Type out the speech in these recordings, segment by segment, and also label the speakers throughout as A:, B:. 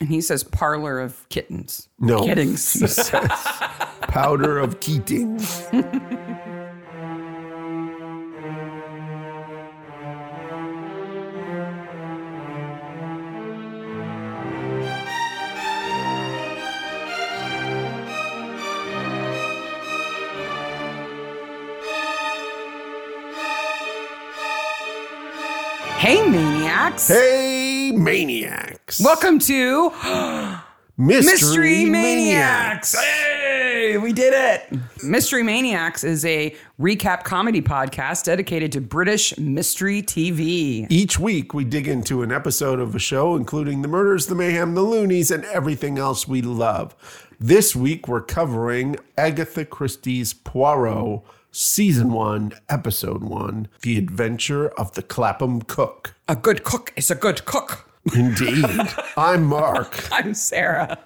A: And he says parlor of kittens.
B: No.
A: Kittings.
B: He says powder of Keatings.
A: hey, maniacs.
B: Hey, maniacs.
A: Welcome to
B: Mystery,
A: Mystery Maniacs. Hey, we did it. Mystery Maniacs is a recap comedy podcast dedicated to British mystery TV.
B: Each week, we dig into an episode of a show, including the murders, the mayhem, the loonies, and everything else we love. This week, we're covering Agatha Christie's Poirot, Season 1, Episode 1 The Adventure of the Clapham Cook.
A: A good cook is a good cook.
B: Indeed. I'm Mark.
A: I'm Sarah.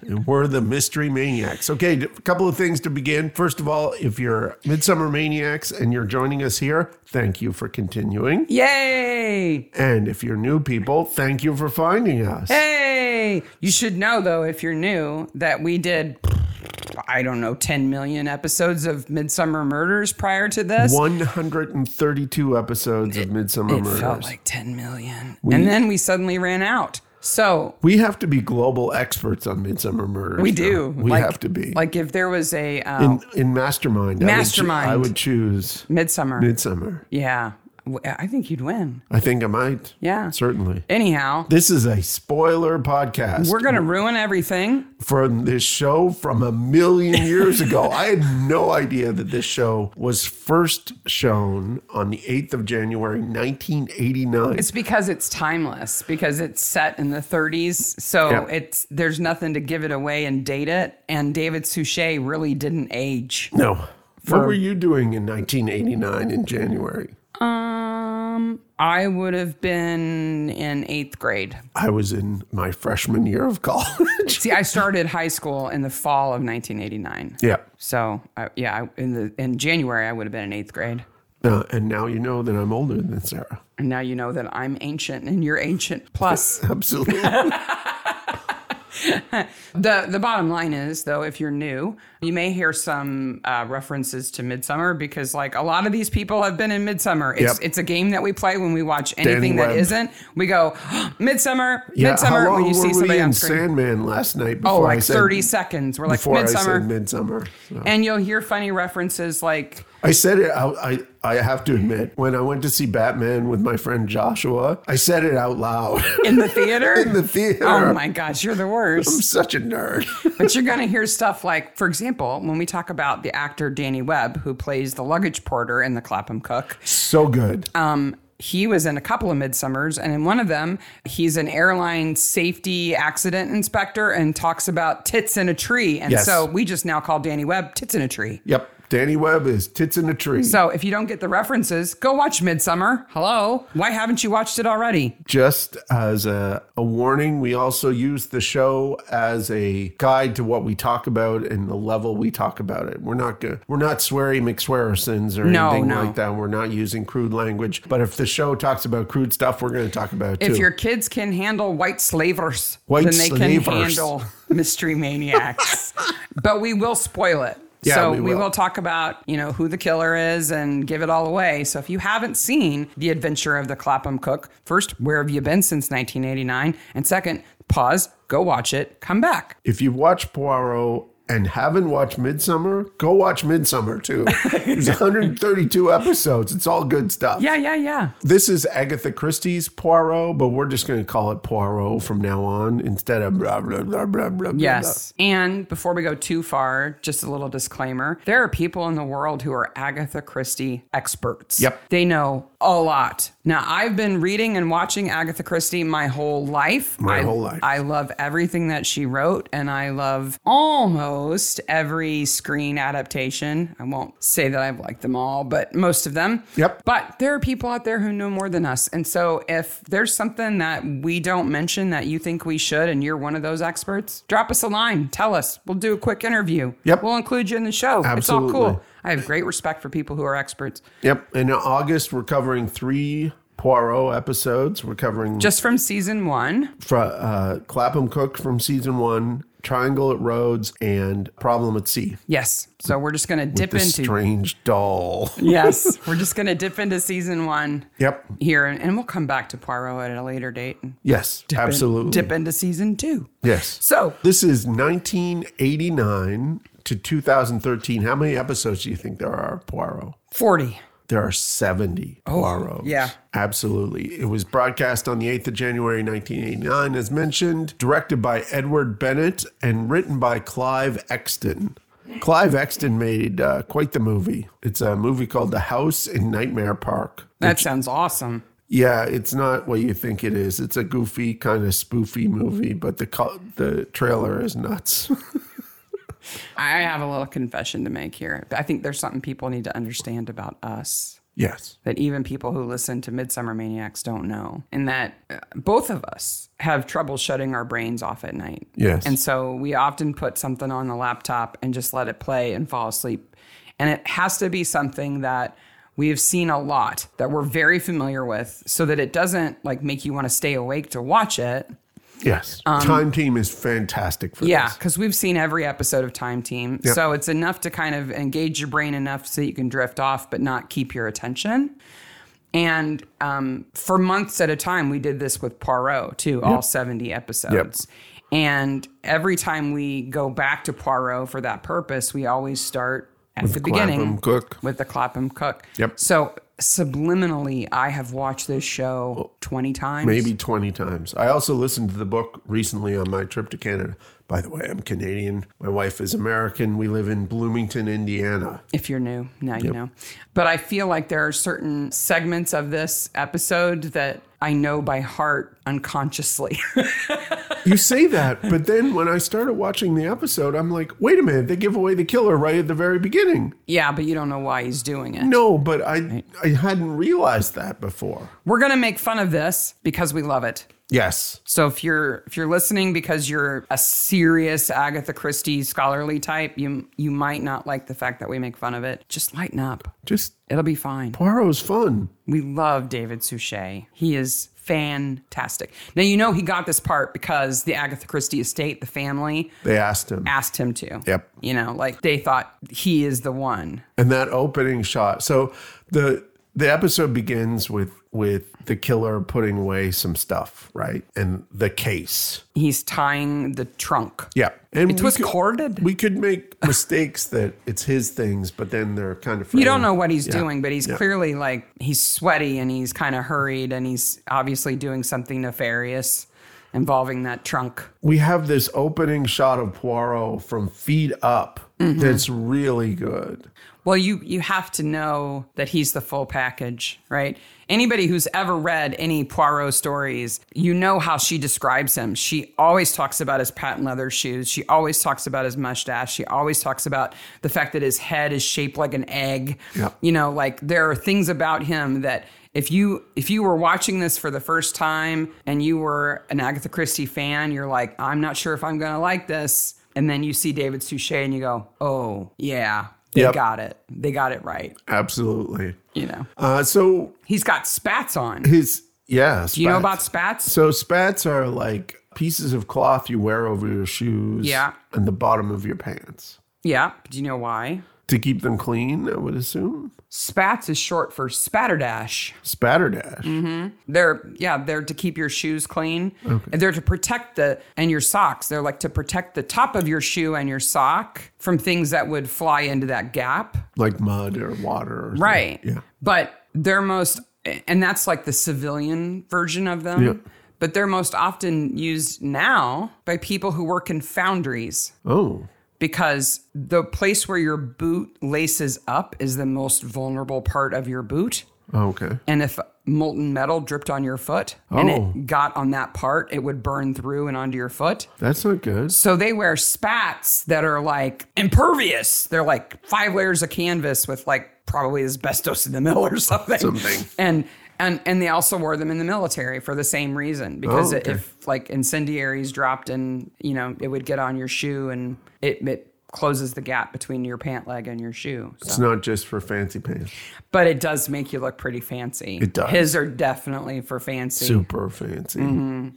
B: And We're the mystery maniacs. Okay, d- a couple of things to begin. First of all, if you're Midsummer Maniacs and you're joining us here, thank you for continuing.
A: Yay.
B: And if you're new people, thank you for finding us.
A: Hey. You should know, though, if you're new, that we did. I don't know, 10 million episodes of Midsummer Murders prior to this.
B: 132 episodes of Midsummer
A: It felt
B: Murders.
A: like 10 million. and then we suddenly ran out. So
B: we have to be global experts on Midsummer Murders.
A: we
B: now.
A: do.
B: We
A: Like-
B: have to be.
A: Like if there was a uh,
B: in, in Mastermind, I would choo-
A: Mastermind.
B: I would, choose
A: Midsummer.
B: Midsummer.
A: yeah. W- I think you'd win.
B: I think I might.
A: Yeah.
B: Certainly.
A: Anyhow,
B: This is a spoiler podcast.
A: we're going to ruin everything.
B: from this show from a million years ago. I had no idea that this show was first shown on the 8th of January, 1989.
A: It's because it's timeless, because it's set in the 30s. So
B: Yeah.
A: it's there's nothing to give it away and date it. And David Suchet really didn't age.
B: no. What were you doing in 1989 in January?
A: Um, I would have been in eighth grade.
B: I was in my freshman year of college.
A: See, I started high school in the fall of 1989.
B: yeah.
A: So, I, yeah, I, in the in January I would have been in eighth grade.
B: Uh, and now you know that I'm older than Sarah.
A: And now you know that I'm ancient and you're ancient. Plus,
B: Absolutely.
A: the the bottom line is though, if you're new, you may hear some uh, references to Midsummer because like a lot of these people have been in Midsummer. It's
B: Yep.
A: it's a game that we play when we watch anything that
B: Webb.
A: not We go Midsummer,
B: yeah.
A: Midsummer
B: how long
A: when you
B: were
A: see somebody
B: we
A: on
B: in
A: screen.
B: Sandman last night? Before
A: Oh, like
B: I said,
A: 30 seconds. We're like
B: Before I
A: Midsummer.
B: said Midsummer. So-
A: and you'll hear funny references like
B: I said it out. I, I have to admit, when I went to see Batman with my friend Joshua, I said it out loud
A: in the theater.
B: in the theater.
A: Oh my gosh, you're the worst.
B: I'm such a nerd.
A: But you're going to hear stuff like, for example, when we talk about the actor Danny Webb, who plays the luggage porter in The Clapham Cook,
B: so good.
A: um, he was in a couple of midsummers. And in one of them, he's an airline safety accident inspector and talks about tits in a tree. And
B: Yes.
A: so we just now call Danny Webb tits in a tree.
B: yep. Danny Webb is tits in a tree.
A: So if you don't get the references, go watch Midsummer. Hello. Why haven't you watched it already?
B: Just as a, a warning, we also use the show as a guide to what we talk about and the level we talk about it. We're not good. We're not sweary McSwearisons or
A: No,
B: anything
A: no.
B: like that. We're not using crude language. But if the show talks about crude stuff, we're going to talk about it
A: If
B: too.
A: your kids can handle white slavers,
B: White
A: then they can
B: slavers.
A: handle mystery maniacs. but we will spoil it.
B: Yeah,
A: so
B: we
A: we
B: will.
A: will talk about, you know, who the killer is and give it all away. So if you haven't seen The Adventure of the Clapham Cook, first, where have you been since 1989? And second, pause, go watch it, come back.
B: if you watch Poirot and haven't watched Midsummer, go watch Midsummer too. There's 132 episodes. It's all good stuff.
A: Yeah, yeah, yeah.
B: This is Agatha Christie's Poirot, but we're just going to call it Poirot from now on instead of blah blah blah blah blah. blah,
A: Yes. And before we go too far, just a little disclaimer there are people in the world who are Agatha Christie experts.
B: Yep.
A: They know a lot. Now, I've been reading and watching Agatha Christie my whole life.
B: My
A: I-
B: whole life.
A: I love everything that she wrote, and I love almost every screen adaptation. I won't say that I've liked them all, but most of them.
B: Yep.
A: But there are people out there who know more than us. And so if there's something that we don't mention that you think we should, and you're one of those experts, drop us a line. Tell us. We'll do a quick interview.
B: Yep.
A: We'll include you in the show. It's all
B: Absolutely.
A: cool. I have great respect for people who are experts.
B: Yep. And in August, we're covering three Poirot episodes. We're covering
A: Just from season one.
B: fr- uh, Clapham Cook from season one, Triangle at Rhodes, and Problem at Sea.
A: Yes. So we're just going to dip
B: the
A: into.
B: strange doll.
A: yes. We're just going to dip into season one
B: yep.
A: here and, and we'll come back to Poirot at a later date and
B: Yes. absolutely.
A: dip into season two.
B: Yes.
A: So
B: This is 1989 to 2013. How many episodes do you think there are of Poirot?
A: 40.
B: There are 70 Poirots.
A: yeah.
B: Absolutely. It was broadcast on the 8th of January, 1989, as mentioned, directed by Edward Bennett and written by Clive Exton. Clive Exton made uh, quite the movie. It's a movie called The House in Nightmare Park.
A: That sounds awesome.
B: Yeah, it's not what you think it is. It's a goofy kind of spoofy movie, but the co- the trailer is nuts.
A: I have a little confession to make here. I think there's something people need to understand about us
B: yes.
A: that even people who listen to Midsummer Maniacs don't know, and that uh, both of us have trouble shutting our brains off at night.
B: Yes.
A: And so we often put something on the laptop and just let it play and fall asleep. And it has to be something that we have seen a lot that we're very familiar with so that it doesn't like make you want to stay awake to watch it.
B: Yes. Time Team is fantastic for
A: um, Yeah,
B: this.
A: because we've seen every episode of Time Team. So it's enough to kind of engage your brain enough so that you can drift off but not keep your attention. And um, for months at a time, we did this with Poirot too, all 70 episodes. And every time we go back to Poirot for that purpose, we always start at the beginning
B: Clapham Cook.
A: with the Clapham Cook.
B: Yep.
A: So subliminally, I have watched this show 20 times.
B: Maybe 20 times. I also listened to the book recently on my trip to Canada. By the way, I'm Canadian. My wife is American. We live in Bloomington, Indiana.
A: If you're new, now you know. But I feel like there are certain segments of this episode that I know by heart unconsciously.
B: You say that, but then when I started watching the episode, I'm like, wait a minute, they give away the killer right at the very beginning.
A: yeah, but you don't know why he's doing it.
B: No, but I I hadn't realized that before.
A: We're going to make fun of this because we love it.
B: Yes.
A: So if you're if you're listening because you're a serious Agatha Christie scholarly type, you you might not like the fact that we make fun of it. Just lighten up.
B: Just
A: It'll be fine.
B: Poirot's fun.
A: We love David Suchet. He is fantastic. Now you know he got this part because the Agatha Christie estate, the family,
B: They asked him.
A: asked him to.
B: Yep.
A: You know, like they thought he is the one.
B: and that opening shot so the the episode begins with with the killer putting away some stuff right and the case
A: He's tying the trunk.
B: yeah and
A: It
B: we
A: was
B: could,
A: corded.
B: we could make mistakes that it's his things but then they're kind of
A: You don't know what he's
B: Yeah.
A: doing, but he's
B: Yeah.
A: clearly like he's sweaty and he's kind of hurried and he's obviously doing something nefarious involving that trunk.
B: we have this opening shot of poirot from feet up
A: Mm-hmm.
B: that's really good
A: Well, you you have to know that he's the full package, right? Anybody who's ever read any Poirot stories, you know how she describes him. She always talks about his patent leather shoes. She always talks about his mustache. She always talks about the fact that his head is shaped like an egg.
B: Yeah.
A: You know, like there are things about him that if you if you were watching this for the first time and you were an Agatha Christie fan, you're like, I'm not sure if I'm going to like this. And then you see David Suchet and you go, "Oh, yeah, they
B: Yep.
A: got it. They got it right."
B: absolutely
A: You know.
B: uh so
A: He's got spats on.
B: his yeah
A: Do you know about spats?
B: So spats are like pieces of cloth you wear over your shoes
A: Yeah.
B: and the bottom of your pants
A: Yeah. Do you know why?
B: to keep them clean, I would assume.
A: Spats is short for spatterdash.
B: Spatterdash.
A: Mm-hmm. They're yeah, they're to keep your shoes clean. And they're to protect the and your socks. They're like to protect the top of your shoe and your sock from things that would fly into that gap.
B: Like mud or water. Or something.
A: Right.
B: Yeah.
A: But they're most and that's like the civilian version of them.
B: Yeah.
A: But they're most often used now by people who work in foundries.
B: Oh.
A: because the place where your boot laces up is the most vulnerable part of your boot.
B: Oh, Okay.
A: And if molten metal dripped on your foot and
B: Oh.
A: it got on that part, it would burn through and onto your foot.
B: That's not good.
A: So they wear spats that are like impervious. They're like five layers of canvas with like probably asbestos in the middle or something.
B: Something.
A: And and and they also wore them in the military for the same reason because
B: Oh, okay.
A: if like incendiaries dropped and you know it would get on your shoe and it, it closes the gap between your pant leg and your shoe. So-
B: It's not just for fancy pants.
A: But it does make you look pretty fancy.
B: It does.
A: His are definitely for fancy.
B: Super fancy.
A: Mm-hmm.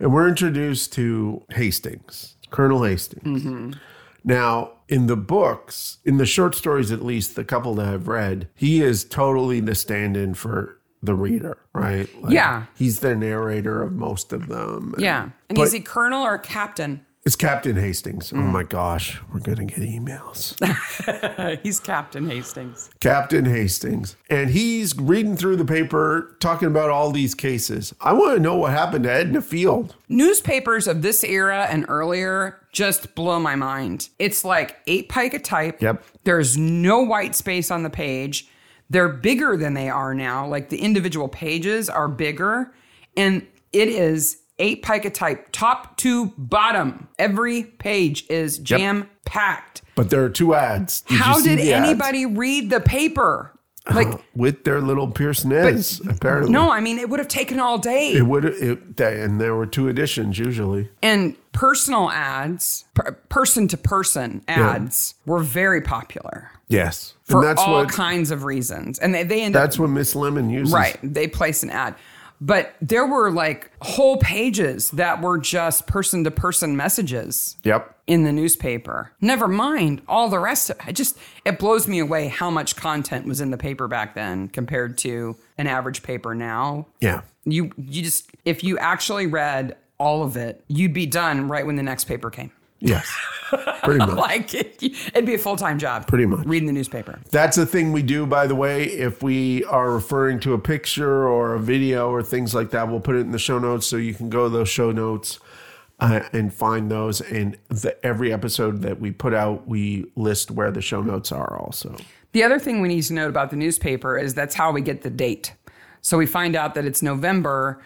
B: And we're introduced to Hastings, Colonel Hastings.
A: Mm-hmm.
B: Now, in the books, in the short stories at least, the couple that I've read, he is totally the stand in for the reader, right? Like,
A: Yeah.
B: He's the narrator of most of them. And
A: Yeah. And
B: But-
A: is he colonel or captain?
B: It's Captain Hastings. Oh
A: Mm.
B: my gosh, we're going to get emails.
A: He's Captain Hastings.
B: Captain Hastings. And he's reading through the paper, talking about all these cases. I want to know what happened to Edna Field.
A: Newspapers of this era and earlier just blow my mind. It's like eight pike a type.
B: Yep.
A: There's no white space on the page. They're bigger than they are now. Like the individual pages are bigger. And it is eight pike a type, top to bottom. Every page is jam packed.
B: But there are two ads.
A: How
B: you see
A: did
B: the ads?
A: anybody read the paper? Like,
B: with their little Pierce Nez? Apparently,
A: no, I mean, it would have taken all day.
B: It would. It, they- and there were two editions usually.
A: and personal ads, person to person ads, were very popular
B: Yes,
A: for
B: and that's
A: all
B: what
A: kinds of reasons. And they, they end up,
B: that's what Miss Lemon uses.
A: right, they place an ad. But there were like whole pages that were just person to person messages
B: Yep.
A: in the newspaper. Never mind all the rest of it. Just it blows me away how much content was in the paper back then compared to an average paper now.
B: Yeah.
A: You you just if you actually read all of it, you'd be done right when the next paper came.
B: Yes. Pretty much.
A: Like it, it'd be a full time job.
B: Pretty much.
A: reading the newspaper.
B: That's a thing we do, by the way. If we are referring to a picture or a video or things like that, we'll put it in the show notes so you can go to those show notes uh, and find those. And the, every episode that we put out, we list where the show notes are also.
A: The other thing we need to note about the newspaper is that's how we get the date. So we find out that it's November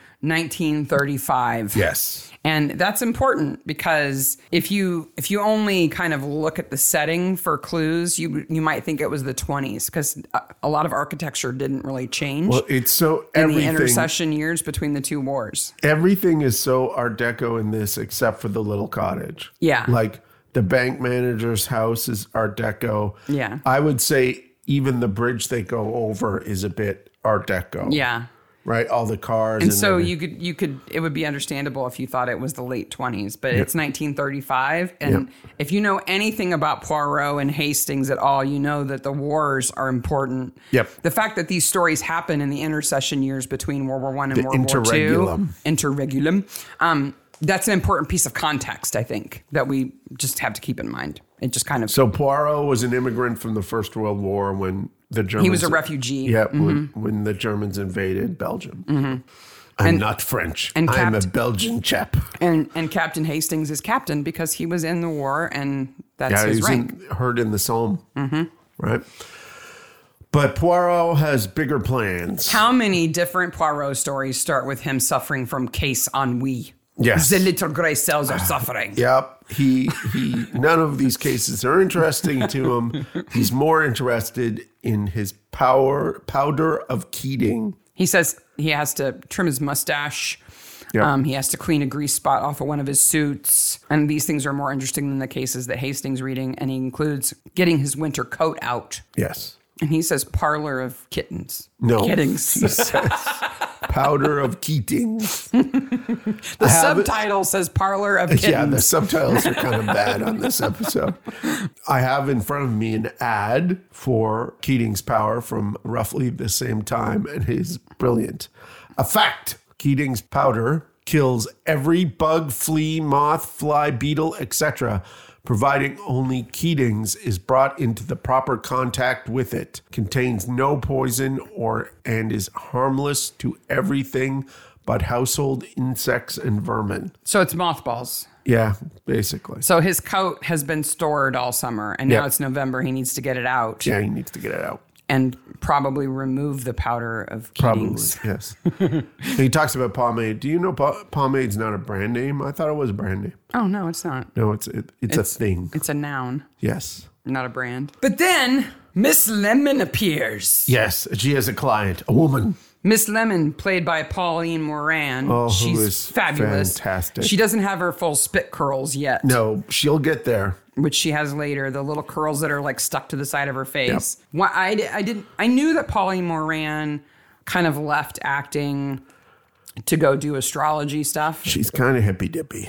A: 1935.
B: Yes.
A: and that's important because if you if you only kind of look at the setting for clues you you might think it was the 20s because a lot of architecture didn't really change
B: Well, it's so
A: in the
B: everything.
A: intercession years between the two wars
B: Everything is so Art Deco in this, except for the little cottage.
A: Yeah.
B: Like the bank manager's house is Art Deco.
A: Yeah.
B: I would say even the bridge they go over is a bit Art Deco.
A: yeah
B: right? All the cars.
A: and so
B: everything.
A: you could you could it would be understandable if you thought it was the late 20s but it's 1935 and if you know anything about Poirot and Hastings at all you know that the wars are important
B: Yep.
A: the fact that these stories happen in the intercession years between World War 1 and World War 2
B: interregulum.
A: interregulum um that's an important piece of context I think that we just have to keep in mind it just kind of
B: So Poirot was an immigrant from the First World War when the Germans.
A: he was a refugee Mm-hmm.
B: Yeah, when, when the Germans invaded Belgium. I'm not French.
A: and
B: I'm a
A: capt-
B: Belgian chap.
A: and and Captain Hastings is captain because he was in the war and that's
B: Yeah,
A: his
B: he's
A: rank Mm-hmm.
B: in, heard in the Psalm, right? But Poirot has bigger plans.
A: How many different Poirot stories start with him suffering from case ennui?
B: Yes.
A: The little gray cells are suffering.
B: Yep. He he none of these cases are interesting to him. He's more interested in his power powder of Keating.
A: He says he has to trim his mustache.
B: Yeah.
A: Um, he has to clean a grease spot off of one of his suits. And these things are more interesting than the cases that Hastings reading. And he includes getting his winter coat out.
B: Yes.
A: And he says parlor of kittens.
B: No.
A: Kittings.
B: He says powder of Keatings.
A: The
B: have it.
A: subtitle says parlor of kittens.
B: Yeah, the subtitles are kind of bad on this episode. I have in front of me an ad for Keating's power from roughly the same time, and it is brilliant. A fact Keating's powder kills every bug, flea, moth, fly, beetle, etc., providing only Keating's is brought into the proper contact with it. Contains no poison or and is harmless to everything but household insects and vermin.
A: so it's mothballs.
B: Yeah, basically.
A: So his coat has been stored all summer. And now
B: Yeah.
A: it's November. He needs to get it out.
B: Yeah, he needs to get it out.
A: and probably remove the powder of
B: Probably.
A: Keating's.
B: Yes. he talks about pomade. Do you know po- pomade's not a brand name? I thought it was a brand name.
A: Oh no, it's not.
B: No, it's it, it's, a thing.
A: It's a noun,
B: Yes.
A: not a brand. But then Miss Lemon appears.
B: Yes, she has a client, a woman.
A: Miss Lemon, played by Pauline Moran.
B: Oh, who
A: She's
B: is
A: fabulous.
B: fantastic.
A: She doesn't have her full spit curls yet,
B: No, she'll get there.
A: which she has later. The little curls that are like stuck to the side of her face. Why I, di- I didn't. I knew that Pauline Moran kind of left acting to go do astrology stuff.
B: She's kind of hippy dippy.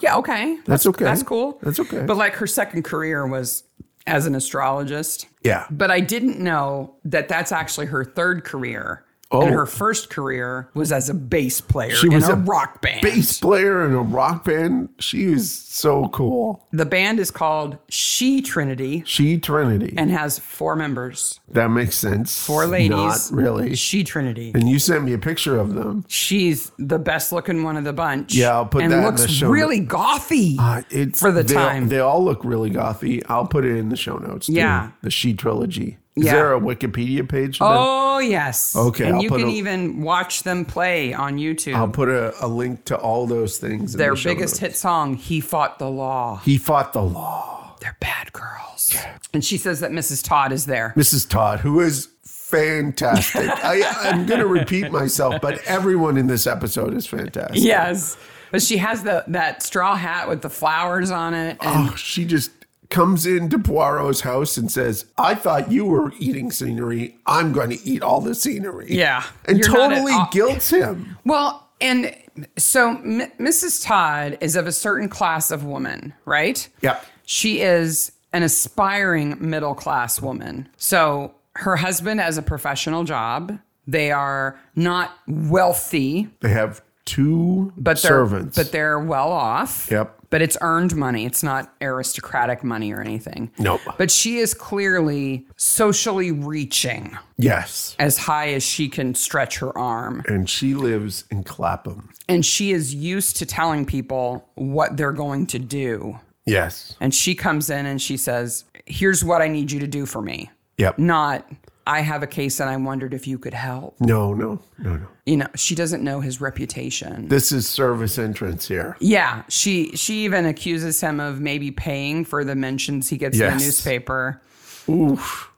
A: Yeah, okay.
B: That's okay.
A: That's cool.
B: That's okay.
A: But like her second career was as an astrologist.
B: Yeah.
A: But I didn't know that that's actually her third career.
B: Oh.
A: And her first career was as a bass player
B: She
A: in
B: was
A: a,
B: a
A: rock band.
B: Bass player in a rock band. She is so cool.
A: The band is called She Trinity
B: She Trinity.
A: and has four members.
B: that makes sense.
A: Four ladies.
B: Not really.
A: She Trinity.
B: And you sent me a picture of them.
A: She's the best looking one of the bunch.
B: Yeah, I'll put
A: and
B: that in
A: looks
B: the show
A: really gothy.
B: Uh, it's
A: For the
B: they-
A: time.
B: They all look really gothy. I'll put it in the show notes. too.
A: Yeah.
B: The She Trilogy. Is
A: Yeah.
B: there a Wikipedia page? for them?
A: oh yes.
B: Okay,
A: And
B: I'll
A: you
B: put
A: can
B: a-
A: even watch them play on YouTube.
B: I'll put a, a link to all those things. in
A: Their
B: the show
A: biggest
B: notes.
A: hit song, He Fought the Law.
B: He fought the law.
A: They're bad girls. And she says that Mrs. Todd is there.
B: Mrs. Todd, who is fantastic. I, I'm going to repeat myself, but everyone in this episode is fantastic.
A: Yes. But she has the that straw hat with the flowers on it. And
B: Oh, she just comes into Poirot's house and says, I thought you were eating scenery. I'm going to eat all the scenery.
A: Yeah.
B: And
A: You're not at
B: totally
A: all-
B: guilts him.
A: Well, and so M- Mrs. Todd is of a certain class of woman, right?
B: Yep.
A: She is an aspiring middle class woman. So her husband has a professional job. They are not wealthy,
B: They have two
A: but they're
B: servants.
A: but they're well off.
B: Yep.
A: But it's earned money. It's not aristocratic money or anything.
B: Nope.
A: But she is clearly socially reaching
B: yes.
A: as high as she can stretch her arm.
B: And she lives in Clapham.
A: And she is used to telling people what they're going to do.
B: Yes.
A: And she comes in and she says, Here's what I need you to do for me.
B: Yep.
A: Not, I have a case and I wondered if you could help.
B: No, no, no, no.
A: You know, she doesn't know his reputation.
B: This is service entrance here.
A: Yeah, she she even accuses him of maybe paying for the mentions he gets in
B: Yes.
A: the newspaper. Oof.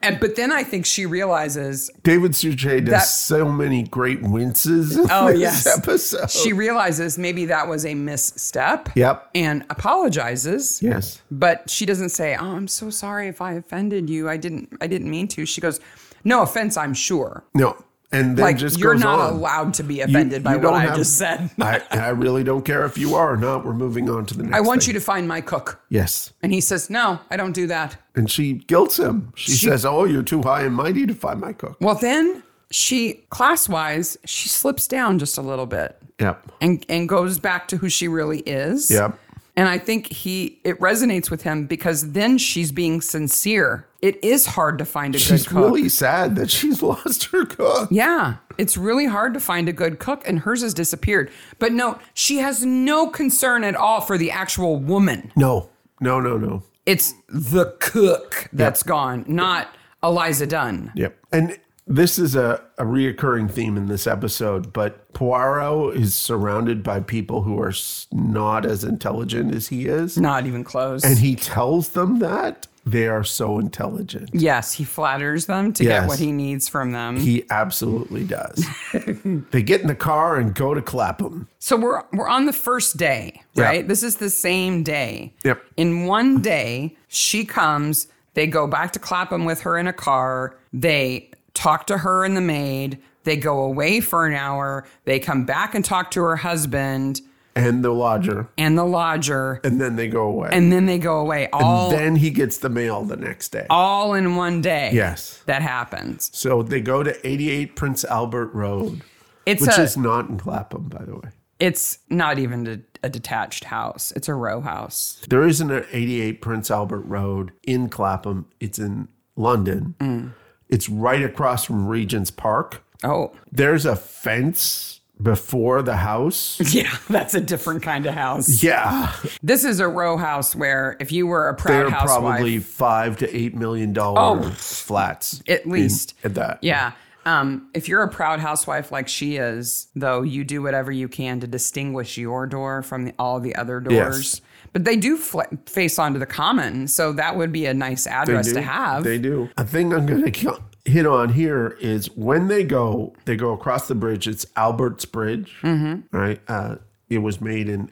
A: And but then I think she realizes
B: David Suchet does
A: That-
B: so many great winces in
A: Oh,
B: this
A: yes.
B: episode.
A: she realizes maybe that was a misstep.
B: Oh. Yep.
A: And apologizes.
B: yes.
A: But she doesn't say, "Oh, I'm so sorry if I offended you. I didn't I didn't mean to." She goes, "No offense, I'm sure."
B: No. And then
A: Like
B: just
A: you're
B: goes
A: not
B: on.
A: allowed to be offended by what
B: don't
A: I
B: have-
A: just said.
B: I, I really don't care if you are or not. We're moving on to the next.
A: I want you
B: thing.
A: to find my cook.
B: Yes.
A: And he says, "No, I don't do that."
B: And she guilts him. She,
A: She-
B: says, "Oh, you're too high and mighty to find my cook."
A: Well, then she class wise, she slips down just a little bit
B: Yep.
A: and and goes back to who she really is.
B: Yep.
A: And I think he it resonates with him because then she's being sincere. It is hard to find a
B: She's
A: good cook.
B: really sad that she's lost her cook.
A: yeah, it's really hard to find a good cook, and hers has disappeared. But no, she has no concern at all for the actual woman.
B: No. No. No. No.
A: It's the cook that's gone, not Eliza Dunn.
B: Yep. And this is a, a reoccurring theme in this episode, but Poirot is surrounded by people who are s- not as intelligent as he is.
A: Not even close.
B: And he tells them that they are so intelligent.
A: Yes, he flatters them to
B: Yes.
A: get what he needs from them.
B: He absolutely does. they get in the car and go to Clapham.
A: so we're we're on the first day,
B: Yeah.
A: right? This is the same day.
B: Yep.
A: In one day, she comes, they go back to Clapham with her in a car, they talk to her and the maid, they go away for an hour, they come back and talk to her husband
B: and the lodger,
A: and the lodger,
B: and then they go away. And
A: and then they go away all
B: then he gets the mail the next day.
A: all in one day.
B: Yes.
A: That happens.
B: So they go to 88 Prince Albert Road,
A: It's
B: which
A: a
B: is not in Clapham, by the way.
A: it's not even a, a detached house. It's a row house.
B: There isn't an 88 Prince Albert Road in Clapham. It's in London.
A: Mm.
B: It's right across from Regent's Park.
A: Oh,
B: There's a fence before the house.
A: yeah, that's a different kind of house.
B: Yeah,
A: This is a row house where if you were a proud
B: they're
A: housewife,
B: probably five to eight million dollar flats
A: Oh, at least,
B: at that.
A: yeah. Um, if you're a proud housewife like she is, though, you do whatever you can to distinguish your door from the, all the other doors. But they do fl- face onto the common, so that would be a nice
B: They
A: address
B: do.
A: to have.
B: They do. A thing I'm going to hit on here is when they go, they go across the bridge. It's Albert's Bridge, mm-hmm. right? Uh, it was made in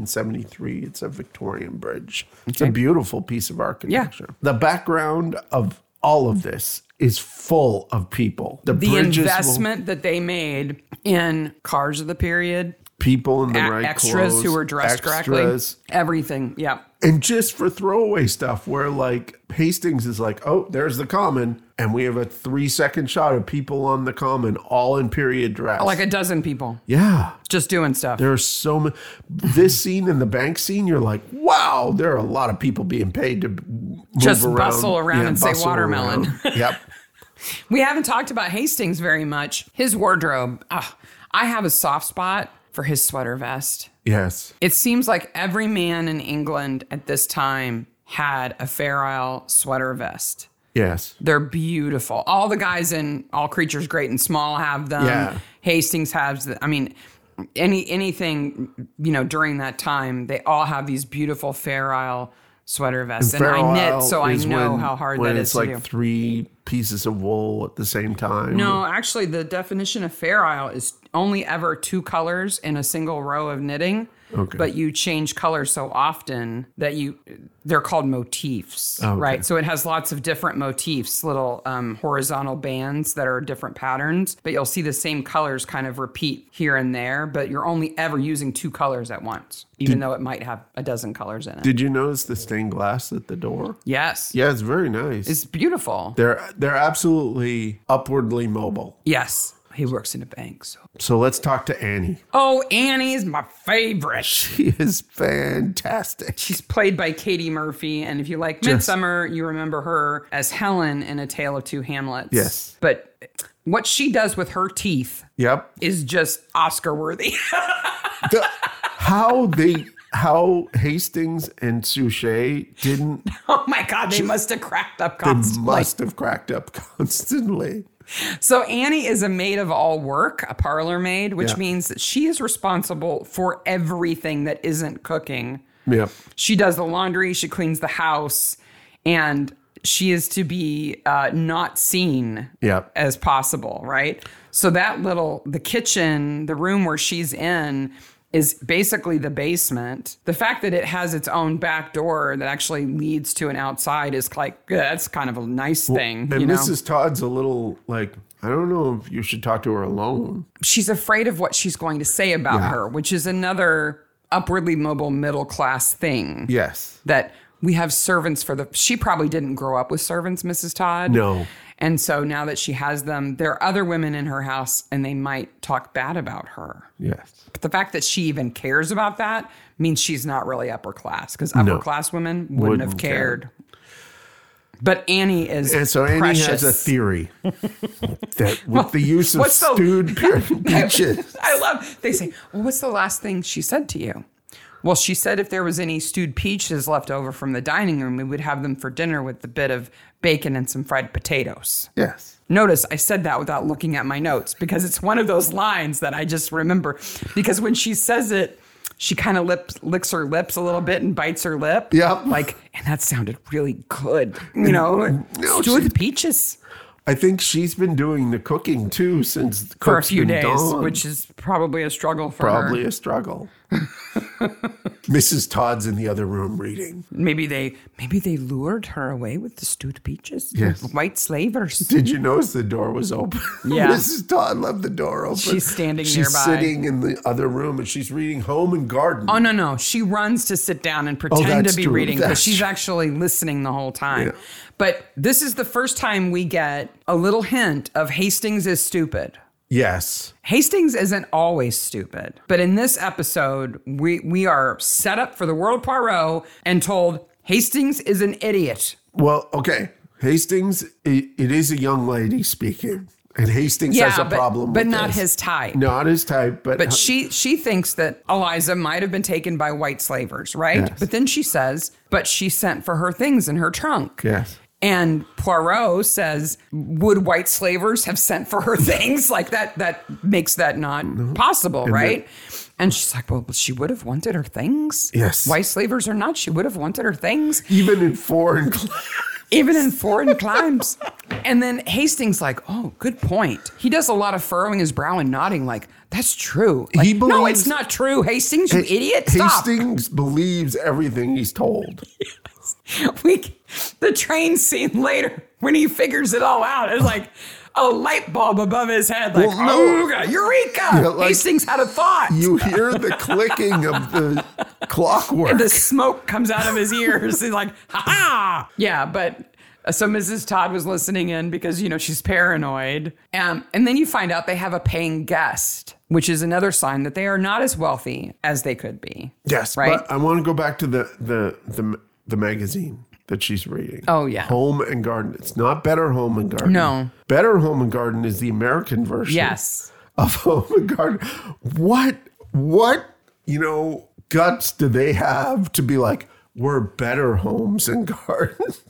B: 1873. It's a Victorian bridge. It's a beautiful piece of architecture. The background of all of this is full of people. The,
A: the
B: bridges, will-
A: investment that they made in cars of the period,
B: people in the
A: e-
B: right
A: extras
B: clothes,
A: who were dressed
B: extras.
A: correctly, everything. Yeah.
B: and just for throwaway stuff where like Hastings is like, oh, there's the common, and we have a three second shot of people on the common, all in period dress.
A: Like a dozen people
B: yeah,
A: just doing stuff.
B: there are so many. This scene and the bank scene, you're like, wow, there are a lot of people being paid to move
A: Just
B: around.
A: bustle around and say
B: bustle
A: watermelon.
B: around. yep.
A: We haven't talked about Hastings very much. His wardrobe. ah, I have a soft spot for his sweater vest.
B: Yes.
A: It seems like every man in England at this time had a Fair Isle sweater vest.
B: Yes.
A: They're beautiful. All the guys in All Creatures Great and Small have them.
B: Yeah.
A: Hastings has. The, I mean, any anything you know during that time, they all have these beautiful Fair Isle sweater vests. And, I knit,
B: Fairwell
A: so I
B: is
A: know
B: when-
A: how hard
B: when
A: that is
B: it's
A: to
B: like
A: do.
B: three pieces of wool at the same time.
A: No, actually, the definition of fair isle is only ever two colors in a single row of knitting.
B: Okay.
A: But you change colors so often that you they're called motifs,
B: Oh, okay.
A: right? So it has lots of different motifs, little um, horizontal bands that are different patterns. But you'll see the same colors kind of repeat here and there. But you're only ever using two colors at once, even though it might have a dozen colors in it.
B: Did you notice the stained glass at the door?
A: yes,
B: Yeah, it's very nice.
A: it's beautiful.
B: They're they're absolutely upwardly mobile.
A: Yes, he works in a bank. So.
B: So let's talk to Annie.
A: Oh, Annie's my favorite.
B: She is fantastic.
A: She's played by Katie Murphy, and if you like Midsummer, you remember her as Helen in A Tale of Two Hamlets.
B: Yes.
A: But what she does with her teeth
B: Yep.
A: is just Oscar worthy.
B: The- how they how Hastings and Suchet didn't
A: oh my God, they must have cracked up
B: they
A: constantly.
B: must have cracked up constantly.
A: So Annie is a maid of all work, a parlor maid, which
B: Yeah.
A: means that she is responsible for everything that isn't cooking.
B: Yep.
A: She does the laundry, she cleans the house, and she is to be uh, not seen
B: Yep.
A: as possible, right? So that little, the kitchen, the room where she's in, is basically the basement. The fact that it has its own back door that actually leads to an outside is like, yeah, that's kind of a nice thing.
B: And
A: you know?
B: Mrs. Todd's a little like, I don't know if you should talk to her alone.
A: she's afraid of what she's going to say about
B: Yeah.
A: her, which is another upwardly mobile middle class thing.
B: Yes.
A: that we have servants for the she probably didn't grow up with servants mrs todd
B: No.
A: and so now that she has them there are other women in her house and they might talk bad about her
B: Yes.
A: but the fact that she even cares about that means she's not really upper class because upper class women wouldn't, have
B: Wouldn't care.
A: cared but annie is
B: And so Annie
A: precious.
B: has a theory that with the use of
A: what's the-
B: stewed peaches.
A: I love. They say, "Well, what's the last thing she said to you?" Well, she said if there was any stewed peaches left over from the dining room, we would have them for dinner with a bit of bacon and some fried potatoes.
B: Yes.
A: Notice I said that without looking at my notes because it's one of those lines that I just remember. Because when she says it, she kind of lip, licks her lips a little bit and bites her lip.
B: Yep.
A: Like, and that sounded really good. You know,
B: No,
A: stewed
B: she-
A: peaches.
B: I think she's been doing the cooking too since the
A: For a
B: cook's
A: few
B: been
A: days,
B: gone.
A: which is probably a struggle for her.
B: probably a struggle. Mrs. Todd's in the other room reading.
A: Maybe they maybe they lured her away with the stewed peaches.
B: Yes.
A: White slavers.
B: Did you notice the door was open?
A: Yeah.
B: Mrs. Todd left the door open.
A: She's standing
B: she's
A: nearby.
B: sitting in the other room and she's reading Home and Garden.
A: Oh no no. She runs to sit down and pretend
B: Oh, that's
A: to be
B: true.
A: reading because
B: That's
A: she's
B: true.
A: actually listening the whole time.
B: Yeah.
A: But this is the first time we get a little hint of Hastings is stupid.
B: yes.
A: Hastings isn't always stupid, but in this episode, we we are set up for the world Poirot and told Hastings is an idiot.
B: Well, okay. Hastings, it, it is a young lady speaking, and Hastings has a
A: but,
B: problem.
A: but
B: with
A: not
B: this.
A: his type.
B: not his type, but,
A: But she she thinks that Eliza might have been taken by white slavers, right?
B: Yes.
A: But then she says, but she sent for her things in her trunk.
B: yes,
A: And Poirot says, would white slavers have sent for her things? Like that, that makes that not possible, right? and she's like, well, she would have wanted her things.
B: Yes.
A: White slavers or not, she would have wanted her things
B: Even in foreign
A: even in foreign climes. And then Hastings, like, oh, good point. He does a lot of furrowing his brow and nodding, like, that's true. Like,
B: He
A: no,
B: believes-
A: it's not true, Hastings, you idiot. Stop.
B: Hastings believes everything he's told.
A: We, the train scene later when he figures it all out is like a light bulb above his head, like,
B: Well, no.
A: "Ooga, eureka!
B: like-
A: Hastings had a thought.
B: You hear the clicking of the clockwork.
A: the smoke comes out of his ears. He's like, ha ha. Yeah, but uh, so Mrs. Todd was listening in because, you know, she's paranoid. Um, and then you find out they have a paying guest, which is another sign that they are not as wealthy as they could be.
B: Yes,
A: Right?
B: But I want to go back to the the the, the magazine that she's reading.
A: Oh, yeah.
B: Home and Garden. It's not Better Home and Garden.
A: No.
B: Better Home and Garden is the American version.
A: Yes.
B: Of Home and Garden. What what you know guts do they have to be like we're better homes and gardens?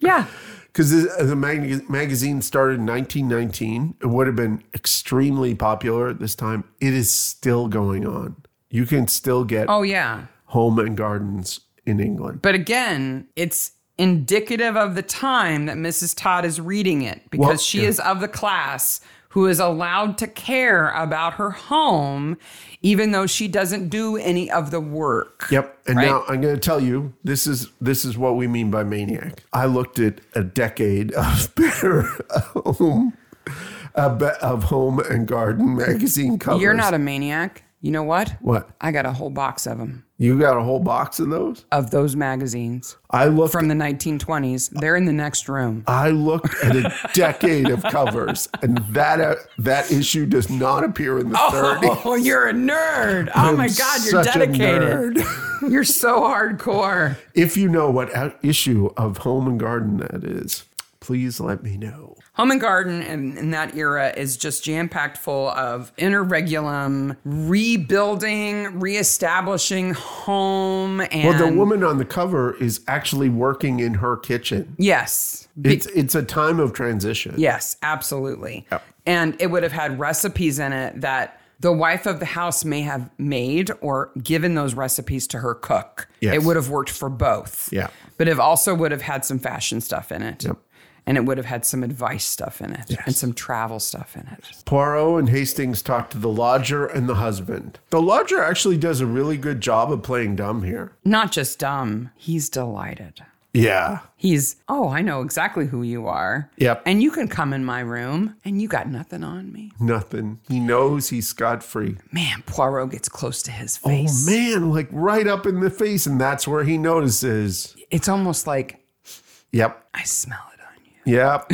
A: Yeah.
B: Because the mag- magazine started in 1919. It would have been extremely popular at this time. It is still going on. You can still get
A: Oh, yeah.
B: home and gardens in England.
A: But again, it's indicative of the time that Mrs. Todd is reading it because
B: Well,
A: she
B: yeah.
A: is of the class who is allowed to care about her home, even though she doesn't do any of the work.
B: Yep. And
A: Right.
B: now I'm going to tell you this is this is what we mean by maniac. I looked at a decade of better home a be- of home and garden magazine covers.
A: You're not a maniac. You know what?
B: what?
A: I got a whole box of them,
B: You got a whole box of those?
A: of those magazines
B: I looked
A: from the 1920s. They're in the next room.
B: I looked at a decade of covers, and that uh, that issue does not appear in the 30s.
A: Oh, you're a nerd. Oh my
B: I'm
A: God, you're
B: such a
A: dedicated.
B: nerd.
A: You're so hardcore.
B: If you know what out- issue of Home and Garden that is, please let me know.
A: Home and Garden in, in that era is just jam packed full of interregulum, rebuilding, reestablishing home. And
B: Well, the woman on the cover is actually working in her kitchen.
A: Yes. Be-
B: It's it's a time of transition.
A: Yes, absolutely. And it would have had recipes in it that the wife of the house may have made or given those recipes to her cook.
B: Yes.
A: It would have worked for both.
B: Yeah.
A: But it also would have had some fashion stuff in it.
B: Yep.
A: And it would have had some advice stuff in it and some travel stuff in it.
B: Poirot and Hastings talk to the lodger and the husband. The lodger actually does a really good job of playing dumb here.
A: Not just dumb, he's delighted.
B: Yeah.
A: He's, oh, I know exactly who you are.
B: Yep.
A: And you can come in my room and you got nothing on me.
B: Nothing. He knows he's scot free.
A: Man, Poirot gets close to his
B: Oh
A: face.
B: man, like right up in the face, and that's where he notices.
A: It's almost like
B: Yep,
A: I smell it on you.
B: yep.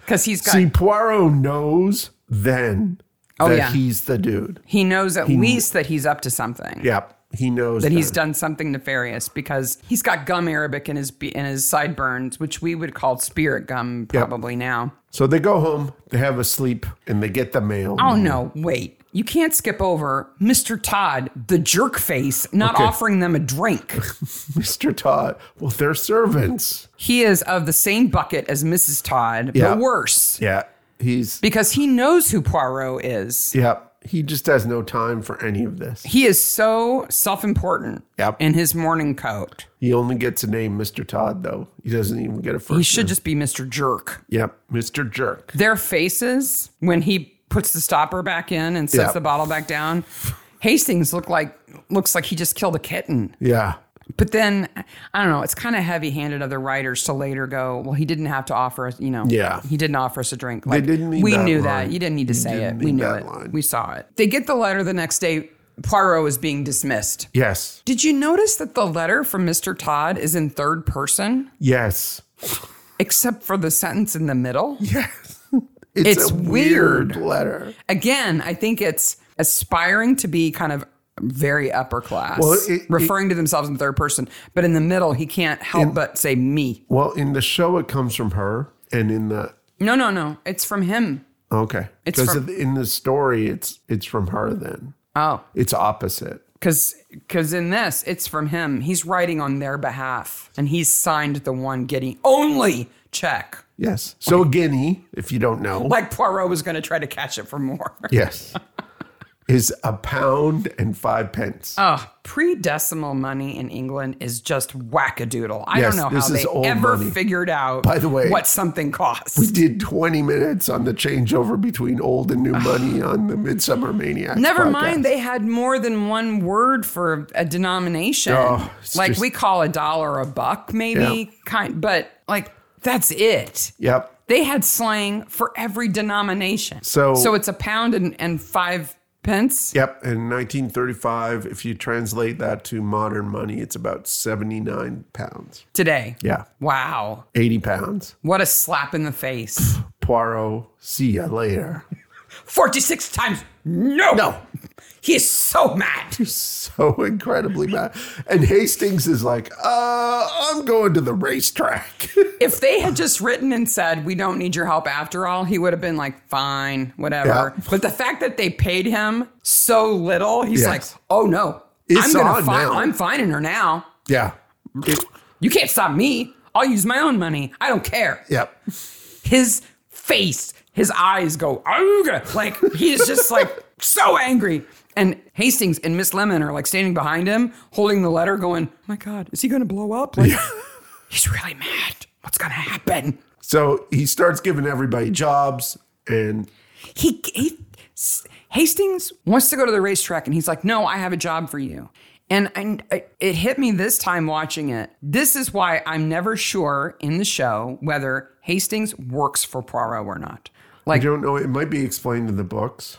A: Because he's got,
B: See, Poirot knows then
A: Oh,
B: that
A: yeah.
B: he's the dude.
A: he knows at least that he's up to something.
B: Yep, he knows
A: That he's
B: then.
A: done something nefarious because he's got gum Arabic in his be- in his sideburns, which we would call spirit gum probably now.
B: So they go home, they have a sleep, and they get the mail.
A: Oh no, wait! You can't skip over Mr. Todd, the jerk face, not offering them a drink.
B: Mr. Todd. Well, they're servants.
A: he is of the same bucket as Mrs. Todd,
B: Yeah.
A: but worse
B: Yeah, he's.
A: because he knows who Poirot is.
B: Yep, he just has no time for any of this.
A: He is so self-important
B: Yep.
A: in his morning coat.
B: He only gets a name, Mr. Todd, though. He doesn't even get a first.
A: He should just be Mr. Jerk.
B: Yep, Mr. Jerk.
A: their faces when he puts the stopper back in and sets
B: Yeah.
A: the bottle back down. Hastings look like looks like he just killed a kitten.
B: Yeah,
A: But then I don't know, it's kind of heavy-handed of the writers to later go, well he didn't have to offer us, you know.
B: Yeah.
A: He didn't offer us a drink. Like
B: didn't mean
A: we
B: that
A: knew
B: line.
A: that. You didn't need to say
B: didn't
A: it. We
B: mean
A: knew
B: that
A: it.
B: line.
A: We saw it. They get the letter the next day Poirot is being dismissed.
B: yes,
A: Did you notice that the letter from Mr. Todd is in third person
B: yes.
A: except for the sentence in the middle?
B: Yes.
A: It's weird.
B: letter.
A: again, I think it's aspiring to be kind of very upper class,
B: Well, it- it-
A: referring to themselves in third person. But in the middle, he can't help but say me.
B: Well, in the show, it comes from her, and in the
A: No, no, no. It's from him.
B: okay,
A: It's
B: because
A: from-
B: in the story, it's it's from her. Then
A: Oh,
B: it's opposite.
A: Because because in this, it's from him. He's writing on their behalf, and he's signed the one getting only check.
B: Yes. So a guinea, if you don't know.
A: Like Poirot was going to try to catch it for more.
B: Yes. Is a pound and five pence.
A: Oh, pre-decimal money in England is just wackadoodle. I
B: Yes,
A: don't know
B: this
A: how
B: is
A: they
B: old
A: ever
B: money.
A: figured out
B: By the way-
A: what something costs.
B: we did 20 minutes on the changeover between old and new money on the Midsummer Maniacs.
A: Never
B: podcast.
A: mind, they had more than one word for a denomination.
B: Oh, it's
A: like
B: just-
A: we call a dollar a buck, maybe
B: Yeah.
A: kind, but like that's it.
B: Yep.
A: They had slang for every denomination.
B: So-
A: so it's a pound and, and five pence.
B: Yep. In 1935, if you translate that to modern money, it's about 79 pounds.
A: today.
B: Yeah.
A: Wow.
B: 80 pounds.
A: What a slap in the face.
B: Poirot, see ya later.
A: 46 times. No.
B: No.
A: He is so mad.
B: So incredibly bad. And Hastings is like, uh, I'm going to the racetrack.
A: If they had just written and said, we don't need your help after all, he would have been like, fine, whatever.
B: Yeah.
A: But the fact that they paid him so little, he's
B: Yes.
A: like, oh no.
B: It's
A: I'm
B: on
A: fi-
B: now."
A: I'm fining her now.
B: yeah. It-
A: You can't stop me. I'll use my own money. I don't care.
B: yep.
A: His face, his eyes go, Auga! like he is just like so angry. And Hastings and Miss Lemon are like standing behind him, holding the letter, going, oh my God, is he going to blow up? Like, he's really mad. What's going to happen?
B: So he starts giving everybody jobs and
A: he, he S- Hastings wants to go to the racetrack and he's like, "No, I have a job for you." And I, I- it hit me this time watching it. This is why I'm never sure in the show whether Hastings works for Poirot or not.
B: I
A: Like
B: don't know, it might be explained in the books.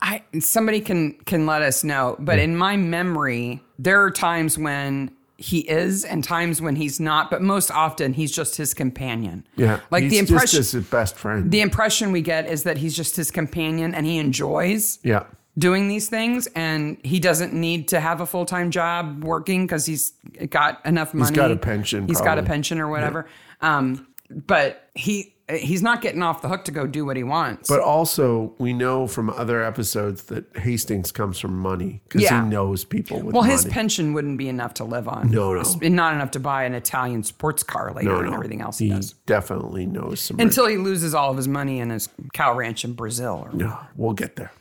A: I somebody can can let us know, but in my memory, there are times when he is and times when he's not, but most often he's just his companion.
B: Yeah.
A: Like
B: he's
A: the
B: just
A: impression
B: as his best friend.
A: the impression we get is that he's just his companion and he enjoys
B: yeah.
A: doing these things and he doesn't need to have a full-time job working because he's got enough money
B: got a pension,
A: He's got a
B: probably.
A: pension or whatever um, but he he's not getting off the hook to go do what he wants
B: But also, we know from other episodes that Hastings comes from money because
A: Yeah.
B: he knows people with
A: well
B: money.
A: his pension wouldn't be enough to live on
B: No, no.
A: It's not enough to buy an italian sports car later and everything else he,
B: he
A: does
B: definitely knows some. rich-
A: until he loses all of his money in his cow ranch in brazil or,
B: Yeah, we'll get there.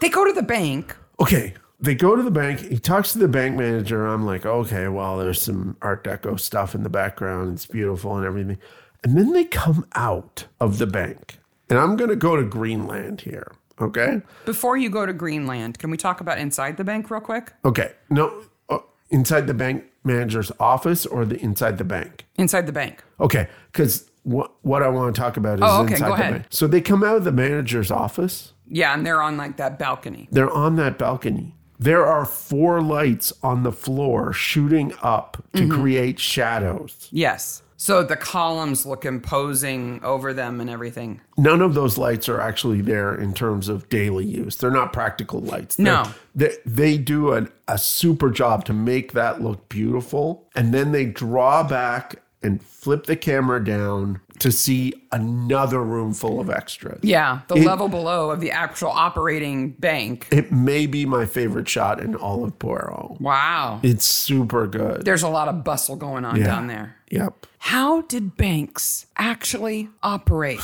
A: they go to the bank
B: okay. They go to the bank. He talks to the bank manager. I'm like, okay, well, there's some Art Deco stuff in the background. It's beautiful and everything. And then they come out of the bank. And I'm going to go to Greenland here. Okay.
A: before you go to greenland can we talk about inside the bank real quick
B: Okay. No, uh, inside the bank manager's office or the inside the bank?
A: inside the bank
B: Okay, because what what I want to talk about is
A: Oh, okay,
B: inside
A: go
B: the
A: ahead.
B: bank. So they come out of the manager's office.
A: yeah and they're on like that balcony
B: They're on that balcony. There are four lights on the floor shooting up to
A: Mm-hmm.
B: create shadows.
A: Yes. So the columns look imposing over them and everything.
B: None of those lights are actually there in terms of daily use. They're not practical lights. They're-
A: No.
B: They, they do an, a super job to make that look beautiful. And then they draw back and flip the camera down to see another room full of extras.
A: Yeah. The
B: It-
A: level below of the actual operating bank.
B: It may be my favorite shot in all of Poirot.
A: Wow.
B: It's super good.
A: There's a lot of bustle going on down there.
B: Yep.
A: How did banks actually operate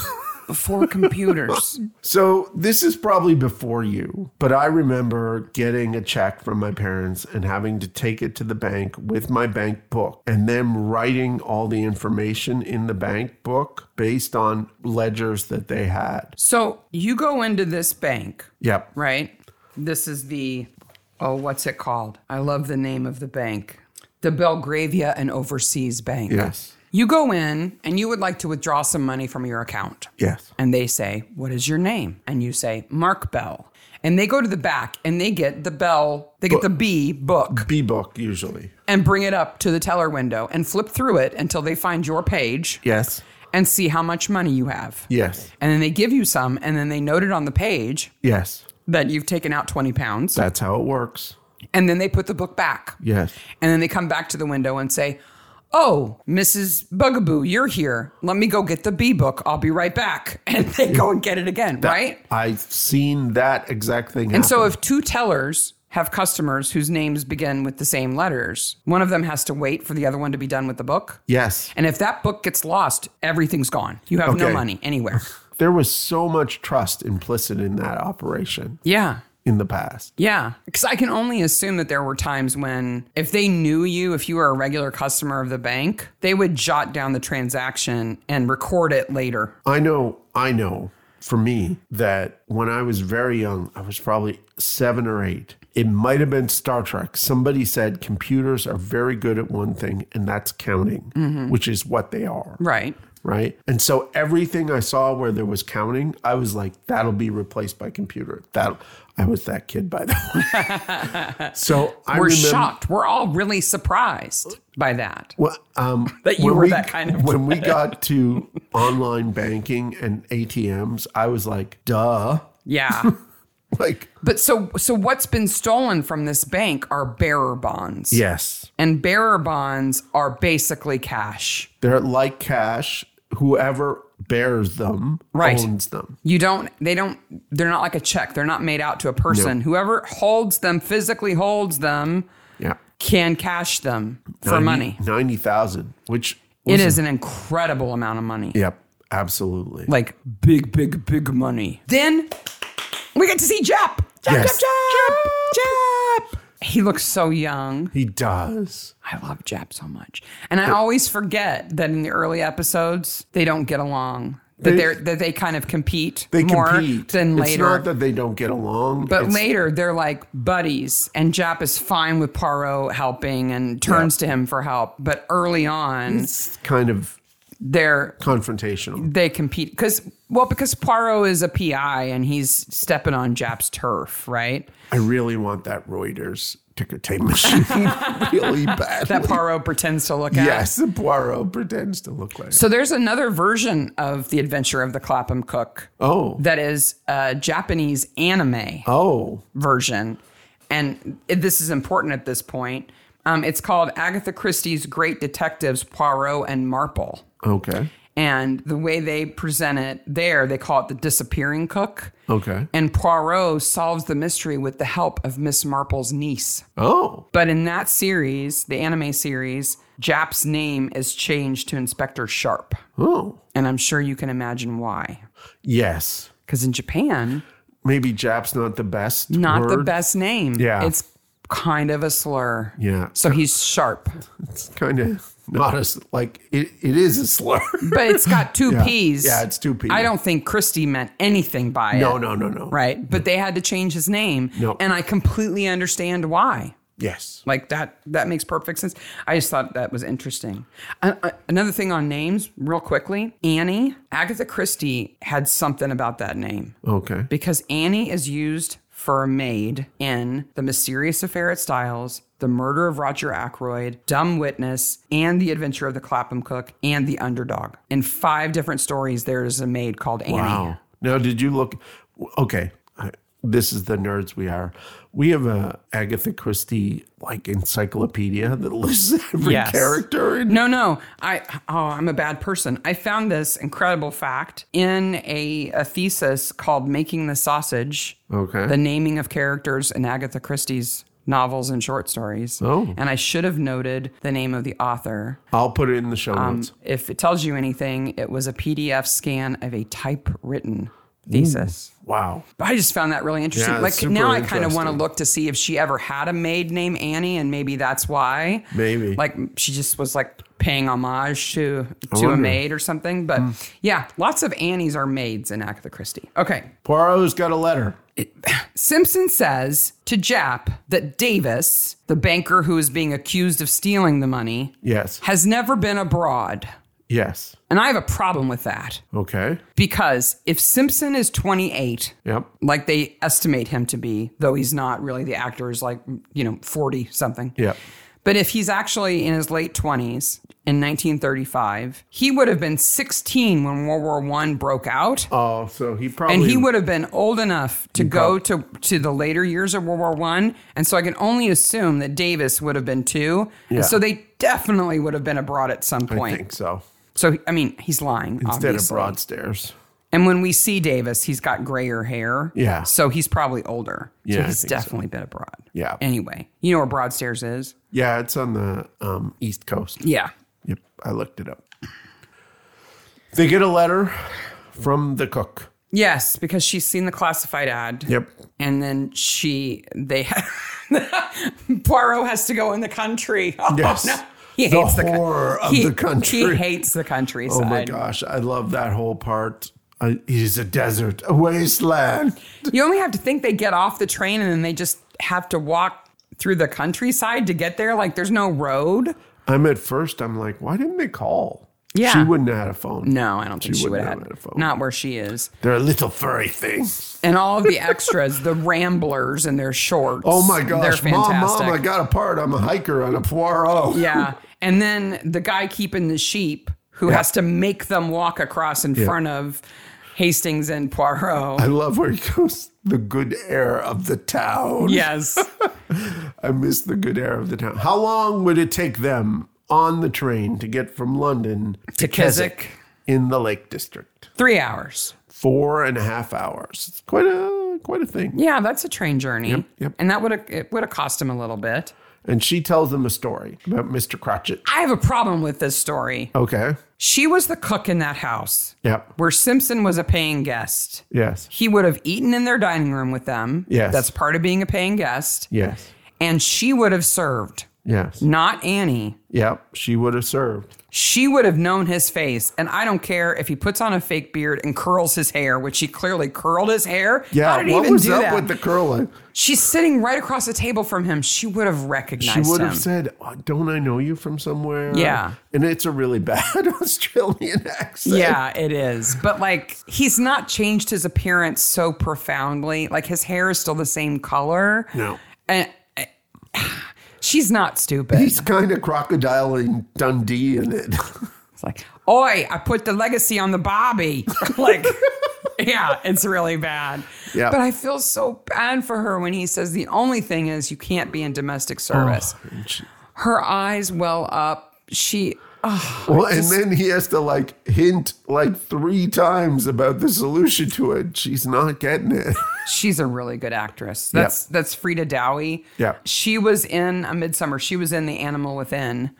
A: before computers?
B: So this is probably before you, but I remember getting a check from my parents and having to take it to the bank with my bank book and them writing all the information in the bank book based on ledgers that they had.
A: so you go into this bank,
B: Yep.
A: right? This is the, oh, what's it called? I love the name of the bank. The Belgravia and Overseas Bank.
B: Yes.
A: You go in and you would like to withdraw some money from your account.
B: Yes.
A: And they say, What is your name? And you say, Mark Bell. And they go to the back and they get the Bell, they get the B book
B: B book usually.
A: and bring it up to the teller window and flip through it until they find your page
B: Yes.
A: and see how much money you have.
B: Yes.
A: And then they give you some and then they note it on the page
B: Yes.
A: that you've taken out 20 pounds.
B: That's how it works.
A: And then they put the book back.
B: Yes.
A: And then they come back to the window and say, Oh, Mrs. Bugaboo, you're here. Let me go get the B book. I'll be right back. And they go and get it again, right?
B: I've seen that exact thing
A: And so if two tellers have customers whose names begin with the same letters. One of them has to wait for the other one to be done with the book.
B: Yes.
A: And if that book gets lost, everything's gone. You have no
B: Okay.
A: money anywhere.
B: There was so much trust implicit in that operation
A: Yeah.
B: in the past.
A: Yeah. Because I can only assume that there were times when, if they knew you, if you were a regular customer of the bank, they would jot down the transaction and record it later.
B: I know, I know for me that when I was very young, I was probably seven or eight. It might have been Star Trek. Somebody said computers are very good at one thing, and that's counting,
A: Mm-hmm.
B: which is what they are.
A: Right.
B: right? And so everything I saw where there was counting, I was like, that'll be replaced by computer. That I was that kid, by the way. so I
A: We're
B: remember.
A: shocked. We're all really surprised by that.
B: Well, um,
A: That you
B: when
A: were
B: we-
A: that kind of
B: When we got to online banking and ATMs, I was like, duh.
A: Yeah.
B: Like,
A: but so so what's been stolen from this bank are bearer bonds.
B: yes,
A: And bearer bonds are basically cash.
B: they're like cash. Whoever bears them
A: Right.
B: owns them.
A: You don't, they don't, they're not like a check. They're not made out to a person. Whoever holds them, physically holds them,
B: Yeah.
A: can cash them for money.
B: 90,000, which
A: It
B: was-
A: is an incredible amount of money.
B: Yep, absolutely.
A: Like big, big, big money. Then we get to see Jap. Jap,
B: Yes.
A: Jap, Jap, Jap. He looks so young.
B: he does.
A: I love Jap so much. And I always forget that in the early episodes, they don't get along. That
B: They-
A: they are that they kind of compete
B: they
A: more
B: compete.
A: than later.
B: It's not that they don't get along,
A: But
B: it's-
A: later, they're like buddies, and Jap is fine with Paro helping and turns to him for help. But early on,
B: it's kind of
A: they're
B: confrontational.
A: they compete because well, because Paro is a PI and he's stepping on Jap's turf, right?
B: I really want that Reuters ticker tape machine really bad.
A: That Paro pretends to look at.
B: yes, the Poirot pretends to look like.
A: So there's another version of the Adventure of the Clapham Cook
B: Oh,
A: that is a Japanese anime.
B: oh,
A: version, and it- this is important at this point. Um, it's called Agatha Christie's Great Detectives Poirot and Marple.
B: okay,
A: And the way they present it there, they call it the disappearing cook.
B: okay,
A: And Poirot solves the mystery with the help of Miss Marple's niece.
B: oh,
A: But in that series, the anime series, Jap's name is changed to Inspector Sharp.
B: oh,
A: And I'm sure you can imagine why.
B: yes.
A: Because in Japan,
B: Maybe Jap's not the best.
A: not the
B: word.
A: best name.
B: Yeah.
A: It's kind of a slur.
B: Yeah.
A: So he's sharp,
B: It's kind of not as like it. It is a slur.
A: but it's got two P's.
B: Yeah, it's two P's.
A: I don't think Christie meant anything by
B: No,
A: it.
B: no, no, no.
A: Right. But they had to change his name.
B: No.
A: And I completely understand why.
B: Yes.
A: Like that, that makes perfect sense. I just thought that was interesting. Uh, uh, another thing on names, real quickly Annie, Agatha Christie had something about that name.
B: Okay.
A: because Annie is used for a maid in The Mysterious Affair at Styles, The Murder of Roger Ackroyd, Dumb Witness, and The Adventure of the Clapham Cook, and The Underdog. In five different stories, there is a maid called Annie.
B: Wow. Now, did you look? Okay, I- this is the nerds we are. We have a Agatha Christie like encyclopedia that lists every
A: Yes.
B: character. In,
A: No, no, I oh, I'm a bad person. I found this incredible fact in a, a thesis called "Making the Sausage."
B: Okay.
A: the naming of characters in Agatha Christie's novels and short stories.
B: Oh.
A: and I should have noted the name of the author.
B: I'll put it in the show
A: Um,
B: notes.
A: If it tells you anything, it was a PDF scan of a typewritten thesis.
B: Wow.
A: But I just found that really interesting.
B: Yeah,
A: like
B: it's super
A: now I kind of want to
B: interesting.
A: look to see if she ever had a maid named Annie and maybe that's why.
B: Maybe.
A: Like she just was like paying homage to to a
B: wonder. Hmm.
A: maid or something, but yeah, lots of Annies are maids in Agatha Christie. Okay.
B: Poirot's got a letter.
A: Simpson says to Jap that Davis, the banker who is being accused of stealing the money,
B: Yes.
A: has never been abroad.
B: Yes.
A: And I have a problem with that
B: Okay.
A: because if Simpson is 28,
B: Yep.
A: like they estimate him to be, though he's not really, the actor is like, you know, 40 something.
B: Yep.
A: But if he's actually in his late 20s in 1935, he would have been 16 when World War One broke out.
B: Oh, so he probably
A: And he would have been old enough to go to, to the later years of World War One, and so I can only assume that Davis would have been too.
B: Yeah.
A: And so they definitely would have been abroad at some
B: I
A: point.
B: think so.
A: So I mean, he's lying.
B: Instead
A: obviously.
B: of broad stairs.
A: And when we see Davis, he's got grayer hair.
B: Yeah.
A: So he's probably older.
B: Yeah,
A: So
B: I
A: he's
B: think so.
A: definitely been abroad.
B: Yeah.
A: Anyway, you know where Broadstairs is?
B: Yeah, it's on the um, East Coast.
A: Yeah.
B: Yep, I looked it up. They get a letter from the cook.
A: Yes, because she's seen the classified ad.
B: Yep.
A: And then she, they, Poirot has to go in the country. Oh,
B: Yes.
A: no. He
B: The
A: hates the, coun-
B: horror of
A: he,
B: the country.
A: He hates the countryside.
B: Oh my gosh, I love that whole part. I, it is a desert, a wasteland.
A: You only have to think they get off the train and then they just have to walk through the countryside to get there. Like there's no road.
B: I'm at first, I'm like, why didn't they call?
A: Yeah.
B: She wouldn't have had a phone.
A: No, I don't think she, would
B: wouldn't
A: have.
B: have had a phone.
A: Not where she is.
B: They're a little furry thing.
A: And all of the extras, the ramblers and their shorts.
B: Oh my
A: They're
B: gosh. Mom,
A: fantastic.
B: mom, I got a part. I'm a hiker on a Poirot.
A: yeah. And then the guy keeping the sheep who has to make them walk across in front of Hastings and Poirot.
B: I love where he goes, the good air of the town.
A: yes.
B: I miss the good air of the town. How long would it take them on the train to get from London
A: To Keswick.
B: in the Lake District?
A: Three hours.
B: Four and a half hours. It's quite a quite a thing.
A: Yeah, that's a train journey.
B: yep.
A: And that would have it would have cost him a little bit.
B: And she tells them a story about Mr. Cratchit.
A: I have a problem with this story.
B: Okay.
A: She was the cook in that house
B: Yep.
A: where Simpson was a paying guest.
B: Yes.
A: He would have eaten in their dining room with them.
B: Yes.
A: That's part of being a paying guest.
B: Yes.
A: And she would have served,
B: Yes.
A: not Annie.
B: Yep. She would have served.
A: She would have known his face. And I don't care if he puts on a fake beard and curls his hair, which he clearly curled his hair.
B: Yeah.
A: How did he
B: what
A: even
B: was
A: do
B: up
A: that?
B: with the curling?
A: She's sitting right across the table from him. She would have
B: She
A: recognized
B: would
A: him.
B: have said, oh, "Don't I know you from somewhere?"
A: Yeah.
B: And it's a really bad Australian accent.
A: Yeah, it is. But like, he's not changed his appearance so profoundly. Like, his hair is still the same color.
B: No.
A: And uh, she's not stupid.
B: He's kind of crocodile in Dundee in it.
A: it's like, oi, I put the legacy on the Bobby. like, yeah, it's really bad.
B: Yeah.
A: But I feel so bad for her when he says the only thing is you can't be in domestic service. Her eyes well up. She, oh,
B: well, and then he has to like hint like three times about the solution to it. She's not getting it.
A: she's a really good actress. That's that's Frida Dowie.
B: Yeah.
A: She was in A Midsummer. She was in The Animal Within.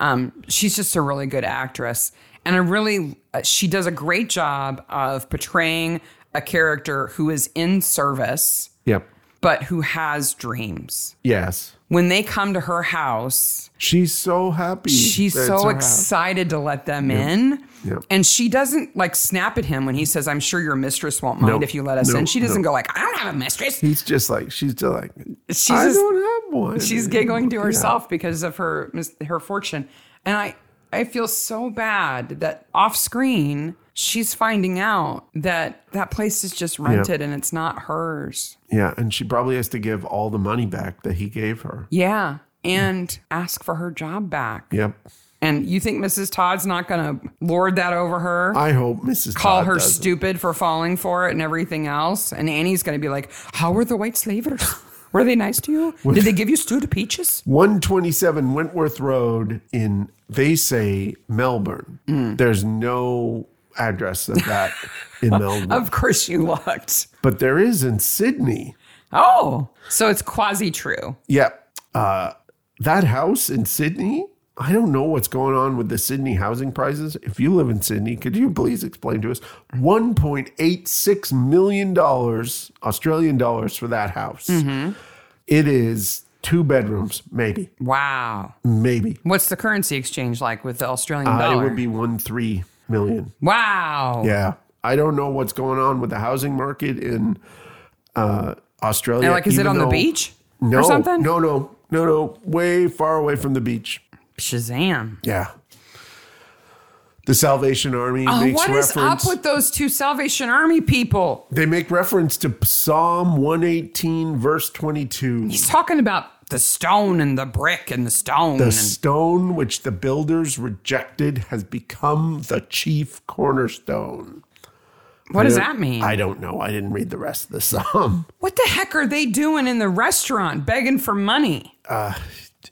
A: Um, she's just a really good actress, and I really uh, she does a great job of portraying a character who is in service
B: Yep.
A: but who has dreams.
B: Yes.
A: When they come to her house,
B: She's so happy.
A: She's
B: that it's
A: so
B: her house.
A: excited to let them in.
B: Yeah.
A: And she doesn't like snap at him when he says, I'm sure your mistress won't mind
B: No.
A: if you let us
B: No.
A: in. She doesn't go like, I don't have a mistress.
B: He's just like she's just like
A: She's
B: I
A: just-
B: don't have one.
A: She's giggling to herself because of her mis- her fortune. And I I feel so bad that off screen she's finding out that that place is just rented and it's not hers.
B: Yeah, and she probably has to give all the money back that he gave her.
A: Yeah. And ask for her job back.
B: Yep.
A: And you think Mrs. Todd's not going to lord that over her?
B: I hope Mrs.
A: call
B: Todd
A: her
B: does.
A: stupid for falling for it and everything else. And Annie's going to be like, How were the white slavers? Were they nice to you? Did they give you stewed peaches?
B: 127 Wentworth Road in they say Melbourne. There's no address of that in Melbourne.
A: Of course you looked.
B: but there is in Sydney.
A: Oh, so it's quasi true.
B: Yep. Uh, that house in Sydney, I don't know what's going on with the Sydney housing prices. If you live in Sydney, could you please explain to us $1.86 million Australian dollars for that house? It is two bedrooms, maybe,
A: Wow.
B: maybe.
A: What's the currency exchange like with the Australian
B: Uh, it
A: dollar?
B: would be one three million.
A: wow.
B: Yeah, I don't know what's going on with the housing market in uh, Australia.
A: And like, is it
B: even
A: on the
B: though-
A: beach
B: No,
A: or something?
B: no, no, no, no. Way far away from the beach.
A: Shazam.
B: Yeah. The Salvation Army
A: Oh,
B: makes
A: what is
B: reference.
A: up with those two Salvation Army people?
B: they make reference to Psalm 118, verse 22.
A: He's talking about the stone and the brick and the stone.
B: The
A: and,
B: stone which the builders rejected has become the chief cornerstone.
A: what does that mean?
B: I don't know. I didn't read the rest of the psalm.
A: What the heck are they doing in the restaurant begging for money?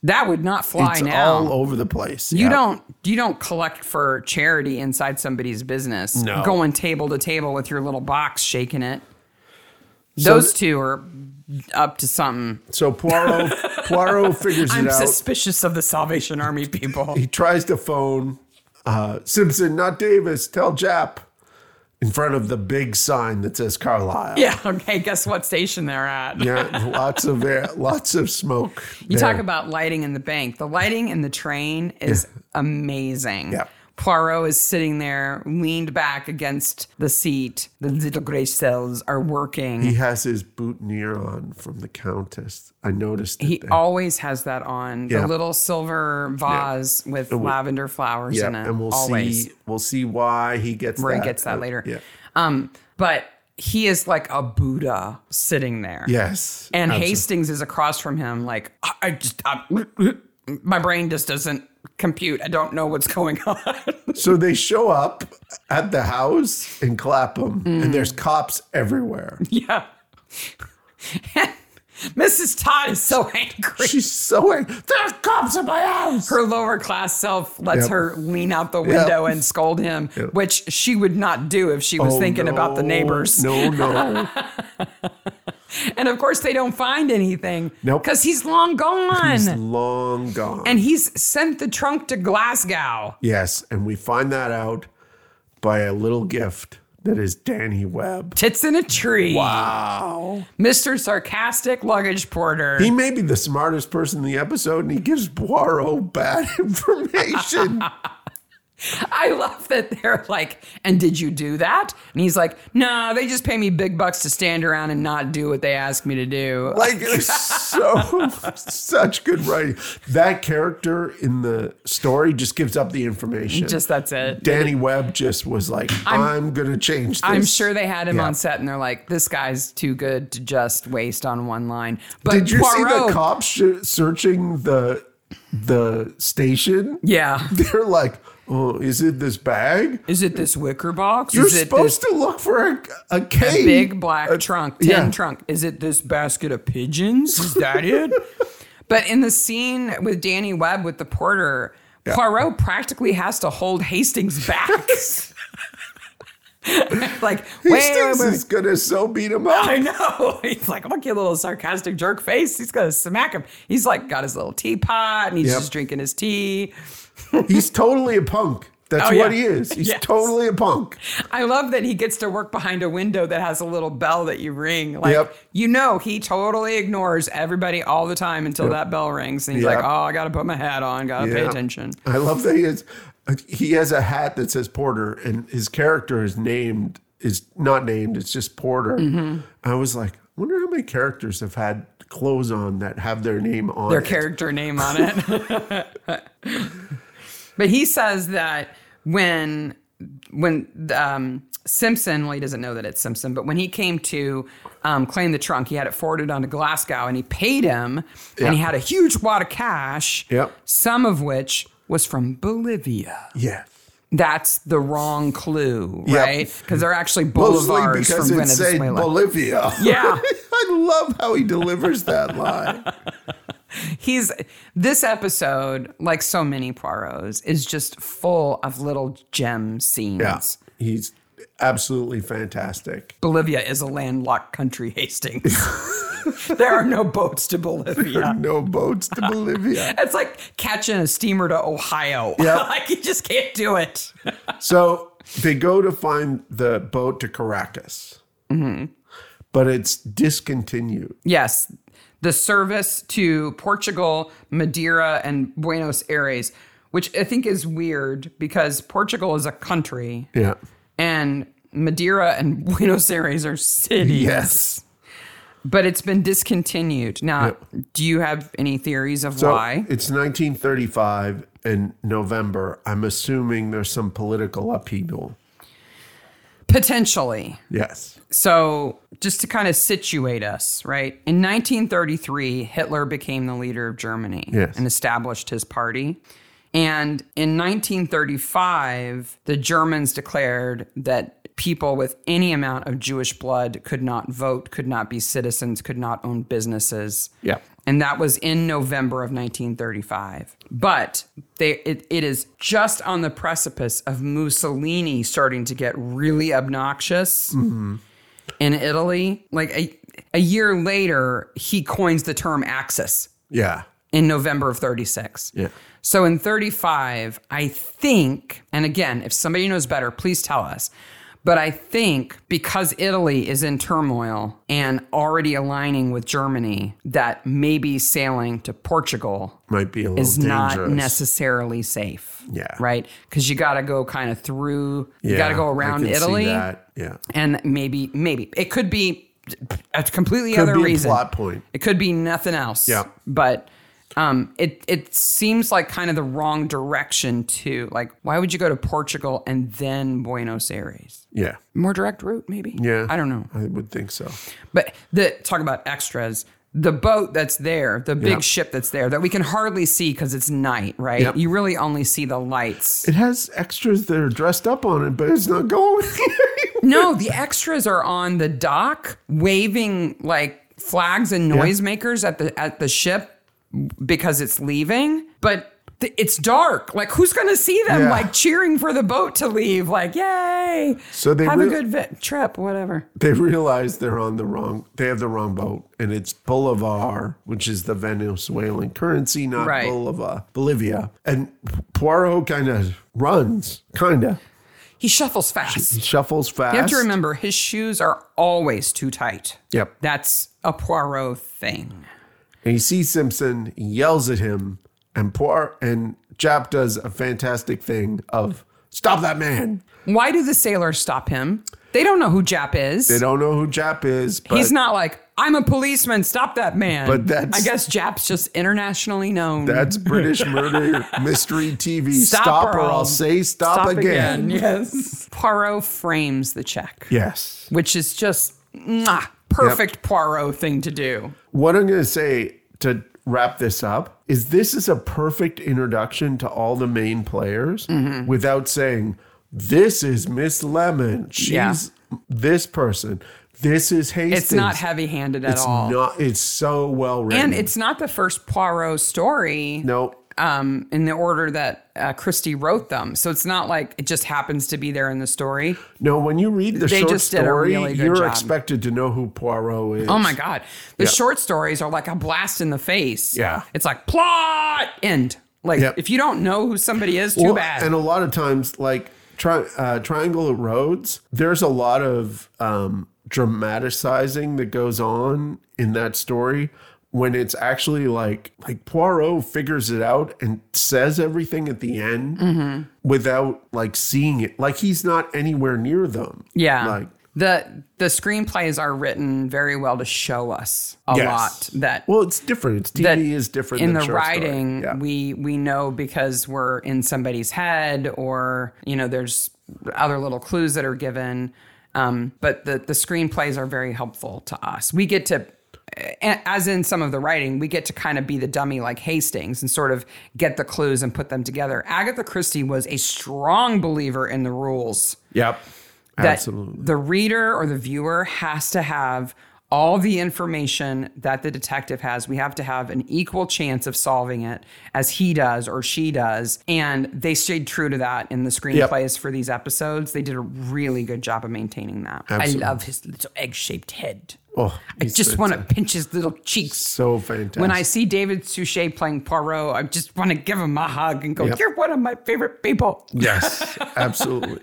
A: That would not fly
B: Uh, It's
A: now.
B: all over the place.
A: You
B: Yep.
A: don't you don't collect for charity inside somebody's business.
B: No.
A: Going table to table with your little box shaking it. Those two are up to something.
B: So Poirot Poirot figures
A: I'm
B: it out.
A: suspicious of the Salvation Army people.
B: he tries to phone uh, Simpson, not Davis. Tell Jap in front of the big sign that says Carlisle.
A: yeah. Okay. Guess what station they're at?
B: Yeah, lots of air, lots of smoke.
A: You
B: there.
A: talk about lighting in the bank. The lighting in the train is amazing.
B: Yeah.
A: Poirot is sitting there, leaned back against the seat. The little gray cells are working.
B: He has his boutonniere on from the Countess. I noticed.
A: He
B: it there.
A: always has that on
B: Yeah.
A: the little silver vase with lavender flowers
B: yeah,
A: in it.
B: and we'll
A: always
B: see. We'll see why he gets
A: where
B: that.
A: he gets that
B: Uh,
A: later.
B: Yeah.
A: Um, but he is like a Buddha sitting there.
B: Yes.
A: And
B: Absolutely.
A: Hastings is across from him, like I I just I, my brain just doesn't compute. I don't know what's going on.
B: So they show up at the house in Clapham,
A: Mm.
B: and there's cops everywhere.
A: yeah. And Mrs. Todd is so angry.
B: She's so angry. There's cops at my house.
A: her lower class self lets
B: Yep.
A: her lean out the window
B: Yep.
A: and scold him, which she would not do if she was
B: Oh,
A: thinking about the
B: no,
A: neighbors.
B: No, no.
A: And of course, they don't find anything
B: Nope.
A: because he's long gone.
B: He's long gone.
A: and he's sent the trunk to Glasgow.
B: yes, and we find that out by a little gift that is Danny Webb.
A: Tits in a tree.
B: Wow.
A: Mr. Sarcastic Luggage Porter.
B: He may be the smartest person in the episode, and he gives Poirot bad information.
A: I love that they're like, and did you do that? And he's like, no, they just pay me big bucks to stand around and not do what they ask me to do.
B: like it was so such good writing. That character in the story just gives up the information.
A: Just that's it.
B: Danny Webb just was like, I'm, gonna change this.
A: I'm sure they had him
B: Yeah.
A: on set and they're like, this guy's too good to just waste on one line. But
B: Did you see
A: Poirot-
B: the cops sh- searching the the station?
A: Yeah.
B: They're like, oh, is it this bag?
A: Is it this wicker box?
B: You're
A: Is it
B: supposed to look for a, a
A: this
B: cave.
A: big black trunk, tin
B: yeah.
A: trunk? Is it this basket of pigeons? Is that it? But in the scene with Danny Webb with the porter, Poirot practically has to hold Hastings back. like, wait, wait,
B: Hastings
A: wait.
B: is gonna so beat him up.
A: I know. He's like, look, your little sarcastic jerk face. He's gonna smack him. He's like got his little teapot and he's
B: Yep.
A: just drinking his tea.
B: He's totally a punk. That's
A: Oh,
B: what
A: yeah.
B: he is. He's
A: Yes.
B: totally a punk.
A: I love that he gets to work behind a window that has a little bell that you ring. Like
B: Yep.
A: you know, he totally ignores everybody all the time until that bell rings and he's like,
B: Yep.
A: Oh, I gotta put my hat on, gotta pay
B: Yeah.
A: attention.
B: I love that he has he has a hat that says Porter, and his character is named is not named. It's just Porter.
A: Mm-hmm.
B: I was like, I wonder how many characters have had clothes on that have their name on
A: Their
B: it.
A: character name on it. but he says that when when um Simpson, well, he doesn't know that it's Simpson, but when he came to um, claim the trunk, he had it forwarded onto Glasgow and he paid him and he
B: Yeah.
A: had a huge wad of cash,
B: Yep.
A: some of which was from Bolivia.
B: Yeah,
A: that's the wrong clue,
B: Yep.
A: right? Because they're actually
B: mostly
A: boulevards
B: because
A: from
B: it said
A: Venezuela.
B: Bolivia.
A: Yeah.
B: I love how he delivers that line.
A: He's this episode, like so many Poirot's, is just full of little gem scenes.
B: Yeah, he's absolutely fantastic.
A: Bolivia is a landlocked country, Hastings. there are no boats to Bolivia.
B: No boats
A: uh,
B: to Bolivia.
A: It's like catching a steamer to Ohio.
B: Yep.
A: like you just can't do it.
B: So they go to find the boat to Caracas,
A: Mm-hmm.
B: but it's discontinued.
A: Yes. The service to Portugal, Madeira, and Buenos Aires, which I think is weird because Portugal is a country
B: Yeah.
A: and Madeira and Buenos Aires are cities.
B: Yes.
A: But it's been discontinued. Now, do you have any theories of
B: So
A: why?
B: It's 1935 in November. I'm assuming there's some political upheaval.
A: Potentially.
B: Yes.
A: So, just to kind of situate us, right? In 1933, Hitler became the leader of Germany
B: Yes.
A: and established his party. And in 1935, the Germans declared that people with any amount of Jewish blood could not vote, could not be citizens, could not own businesses.
B: Yeah.
A: And that was in November of 1935. But they, it, it is just on the precipice of Mussolini starting to get really obnoxious in Italy. Like a, a year later, he coins the term Axis
B: Yeah.
A: in November of 36.
B: Yeah.
A: So in 35, I think, and again, if somebody knows better, please tell us. But I think because Italy is in turmoil and already aligning with Germany, that maybe sailing to Portugal
B: Might be a little
A: is
B: dangerous.
A: not necessarily safe.
B: Yeah.
A: Right? Because you got to go kind of through, you
B: Yeah,
A: got to go
B: I
A: around
B: can see
A: Italy.
B: that. Yeah.
A: And maybe, maybe it could be a completely
B: Could
A: other
B: be a
A: reason.
B: plot point.
A: It could be nothing else.
B: Yeah.
A: But um, it it seems like kind of the wrong direction too. Like, why would you go to Portugal and then Buenos Aires?
B: Yeah.
A: More direct route, maybe.
B: Yeah.
A: I don't know.
B: I would think so.
A: But the talk about extras. The boat that's there, the big
B: Yeah.
A: ship that's there, that we can hardly see because it's night, right?
B: Yep.
A: You really only see the lights.
B: It has extras that are dressed up on it, but it's not going.
A: no, the extras are on the dock waving like flags and noisemakers at the at the ship because it's leaving, but th- it's dark. Like who's going to see them
B: Yeah.
A: like cheering for the boat to leave? Like yay!
B: So they
A: have
B: real-
A: a good vi- trip, whatever.
B: they realize they're on the wrong. They have the wrong boat, and it's Bolivar, which is the Venezuelan currency, not
A: Right.
B: Bolivar, Bolivia. And Poirot kind of runs, kind of
A: He shuffles fast.
B: shuffles fast.
A: You have to remember his shoes are always too tight.
B: Yep.
A: That's a Poirot thing.
B: And he sees Simpson, yells at him, and Poir and Jap does a fantastic thing of stop that man.
A: Why do the sailors stop him? They don't know who Jap is.
B: They don't know who Jap is, but
A: He's not like, I'm a policeman, stop that man.
B: But that's-
A: I guess Jap's just internationally known.
B: that's British murder mystery TV. Stop, or, I'll say stop, again.
A: Yes. Poirot frames the check,
B: Yes.
A: which is just mwah, perfect Poirot thing to do.
B: What I'm going to say to wrap this up is this is a perfect introduction to all the main players
A: Mm-hmm.
B: without saying this is Miss Lemon. She's
A: Yeah.
B: this person. This is Hastings.
A: It's not heavy handed at
B: It's
A: all.
B: not. It's so well written.
A: and it's not the first Poirot story.
B: no.
A: um, in the order that uh, Christie wrote them. So it's not like it just happens to be there in the story.
B: No, when you read the
A: They
B: short
A: just did a
B: story,
A: really good
B: you're
A: job.
B: expected to know who Poirot is.
A: Oh my God. The
B: Yeah.
A: short stories are like a blast in the face.
B: Yeah.
A: It's like plot, end. Like
B: Yep.
A: if you don't know who somebody is, too
B: Well,
A: bad.
B: And a lot of times, like tri- uh, Triangle of Roads, there's a lot of um, dramatizing that goes on in that story when it's actually like like Poirot figures it out and says everything at the end
A: Mm-hmm.
B: without like seeing it. Like he's not anywhere near them.
A: yeah.
B: Like
A: the the screenplays are written very well to show us a
B: yes.
A: lot that
B: well, it's different. It's TV
A: that
B: is different
A: in
B: than
A: the
B: short story.
A: writing
B: Yeah.
A: we we know because we're in somebody's head or you know there's other little clues that are given um, but the the screenplays are very helpful to us we get to a- as in some of the writing, we get to kind of be the dummy like Hastings and sort of get the clues and put them together. Agatha Christie was a strong believer in the rules
B: Yep.
A: that
B: Absolutely.
A: the reader or the viewer has to have all the information that the detective has. We have to have an equal chance of solving it as he does or she does. And they stayed true to that in the screenplays for these episodes. They did a really good job of maintaining that.
B: Absolutely.
A: I love his little egg shaped head.
B: Oh,
A: I
B: he's
A: just want to pinch his little cheeks.
B: So fantastic.
A: When I see David Suchet playing Poirot, I just want to give him a hug and go,
B: Yep.
A: You're one of my favorite people.
B: Yes, absolutely.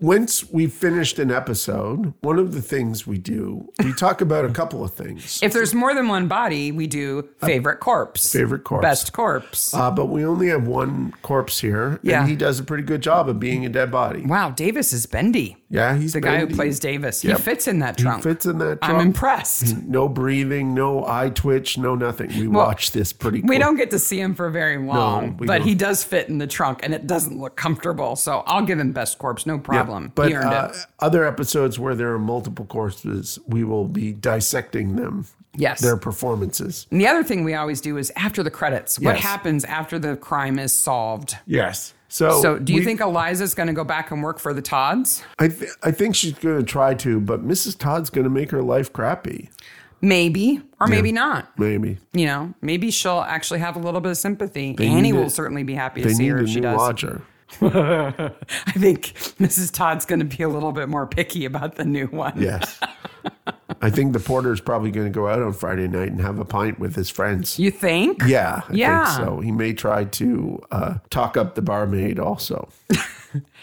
B: Once we've finished an episode, one of the things we do, we talk about a couple of things,
A: If there's more than one body, we do favorite corpse.
B: favorite corpse.
A: Best corpse.
B: Uh, but we only have one corpse here,
A: Yeah.
B: and he does a pretty good job of being a dead body.
A: wow, Davis is bendy.
B: Yeah, he's
A: The guy who
B: bendy.
A: plays Davis.
B: Yep.
A: He fits in that trunk.
B: fits in that
A: I'm
B: trunk.
A: impressed.
B: No breathing, no eye twitch, no nothing. We watch this pretty.
A: We
B: quick.
A: don't get to see him for very long,
B: we
A: but he
B: don't.
A: does fit in the trunk and it doesn't look comfortable. So I'll give him best corpse, no problem.
B: But
A: he earned
B: uh,
A: it.
B: other episodes where there are multiple corpses, we will be dissecting them
A: Yes.
B: their performances.
A: and the other thing we always do is after the credits, what
B: Yes.
A: happens after the crime is solved?
B: Yes. So,
A: So, do you
B: Oh, we-
A: think Eliza's going to go back and work for the Todds?
B: I, th- I think she's going to try to, but Mrs. Todd's going to make her life crappy.
A: Maybe, or maybe not.
B: Maybe
A: You know, maybe she'll actually have a little bit of sympathy.
B: need
A: Annie will
B: a-
A: certainly be happy to
B: they
A: see
B: need
A: her
B: a
A: if she
B: new
A: does.
B: lodger.
A: I think Mrs. Todd's going to be a little bit more picky about the new one.
B: Yes. I think the porter's probably going to go out on Friday night and have a pint with his friends.
A: You think?
B: Yeah, I
A: Yeah.
B: think so. He may try to uh, talk up the barmaid also.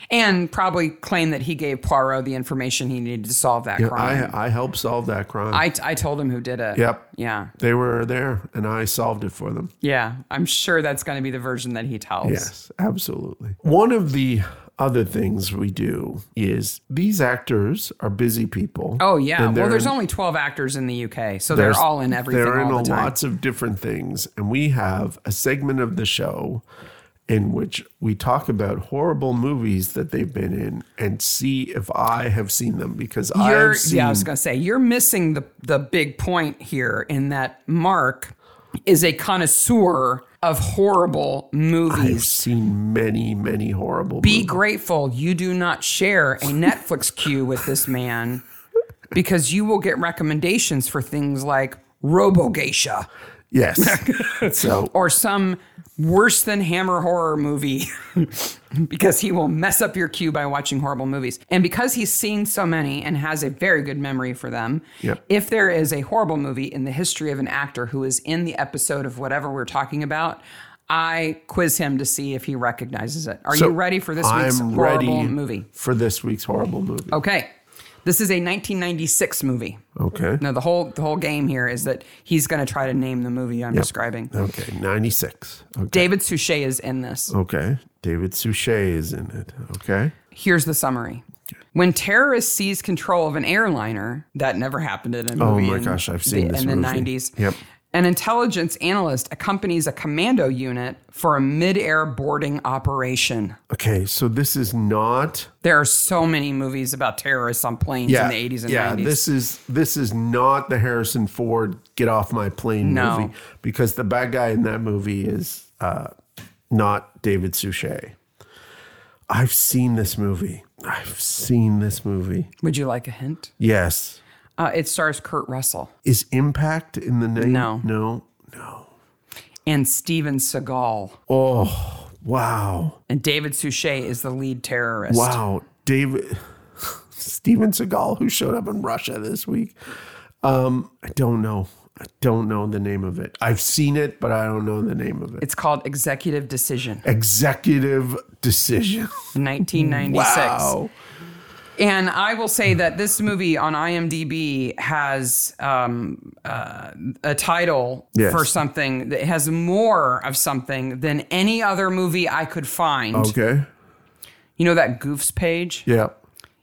A: And probably claim that he gave Poirot the information he needed to solve that crime.
B: I, I helped solve that crime.
A: I, I told him who did it.
B: Yep.
A: Yeah.
B: they were there and I solved it for them.
A: Yeah. I'm sure that's going to be the version that he tells.
B: Yes, absolutely. One of the other things we do is these actors are busy people.
A: Oh, yeah.
B: And they're
A: Well, there's
B: in-
A: only 12 actors in the UK, so they're
B: there's-
A: all in everything
B: They're in
A: all
B: a
A: the time.
B: lots of different things, and we have a segment of the show in which we talk about horrible movies that they've been in and see if I have seen them because I
A: You're,
B: have seen.
A: yeah, I was going to say, you're missing the, the big point here in that Mark is a connoisseur of horrible
B: I've
A: movies.
B: seen many, many horrible
A: Be
B: movies.
A: grateful you do not share a Netflix queue with this man because you will get recommendations for things like RoboGeisha
B: Yes. so
A: or some worse than Hammer horror movie because he will mess up your queue by watching horrible movies. And because he's seen so many and has a very good memory for them,
B: Yep.
A: if there is a horrible movie in the history of an actor who is in the episode of whatever we're talking about, I quiz him to see if he recognizes it. Are
B: so
A: you ready for this week's
B: I'm
A: horrible
B: ready
A: movie?
B: For this week's horrible movie.
A: Okay. This is a 1996 movie.
B: Okay.
A: No, the whole the whole game here is that he's going to try to name the movie I'm describing.
B: Okay. 96. Okay.
A: David Suchet is in this.
B: okay. David Suchet is in it. Okay.
A: Here's the summary. When terrorists seize control of an airliner, that never happened in a movie.
B: Oh my
A: in
B: gosh, I've seen
A: the,
B: this
A: in the
B: movie.
A: 90s.
B: Yep.
A: An intelligence analyst accompanies a commando unit for a mid-air boarding operation.
B: Okay. So this is not
A: There are so many movies about terrorists on planes in the 80s and
B: yeah,
A: 90s.
B: this is this is not the Harrison Ford "Get Off My Plane"
A: No.
B: movie because the bad guy in that movie is uh, not David Suchet. I've seen this movie. I've seen this movie.
A: Would you like a hint?
B: Yes,
A: Uh, it stars Kurt Russell
B: is Impact in the name?
A: No.
B: no.
A: and Steven Seagal.
B: Oh, wow,
A: And David Suchet is the lead terrorist.
B: wow, David. Steven Seagal, who showed up in Russia this week. Um, I don't know. I don't know the name of it. I've seen it, but I don't know the name of it.
A: It's called Executive Decision,
B: executive decision.
A: 1996.
B: Wow.
A: And I will say that this movie on IMDb has um, uh, a title
B: Yes.
A: for something that has more of something than any other movie I could find.
B: Okay.
A: You know that goofs page?
B: Oh. Yeah.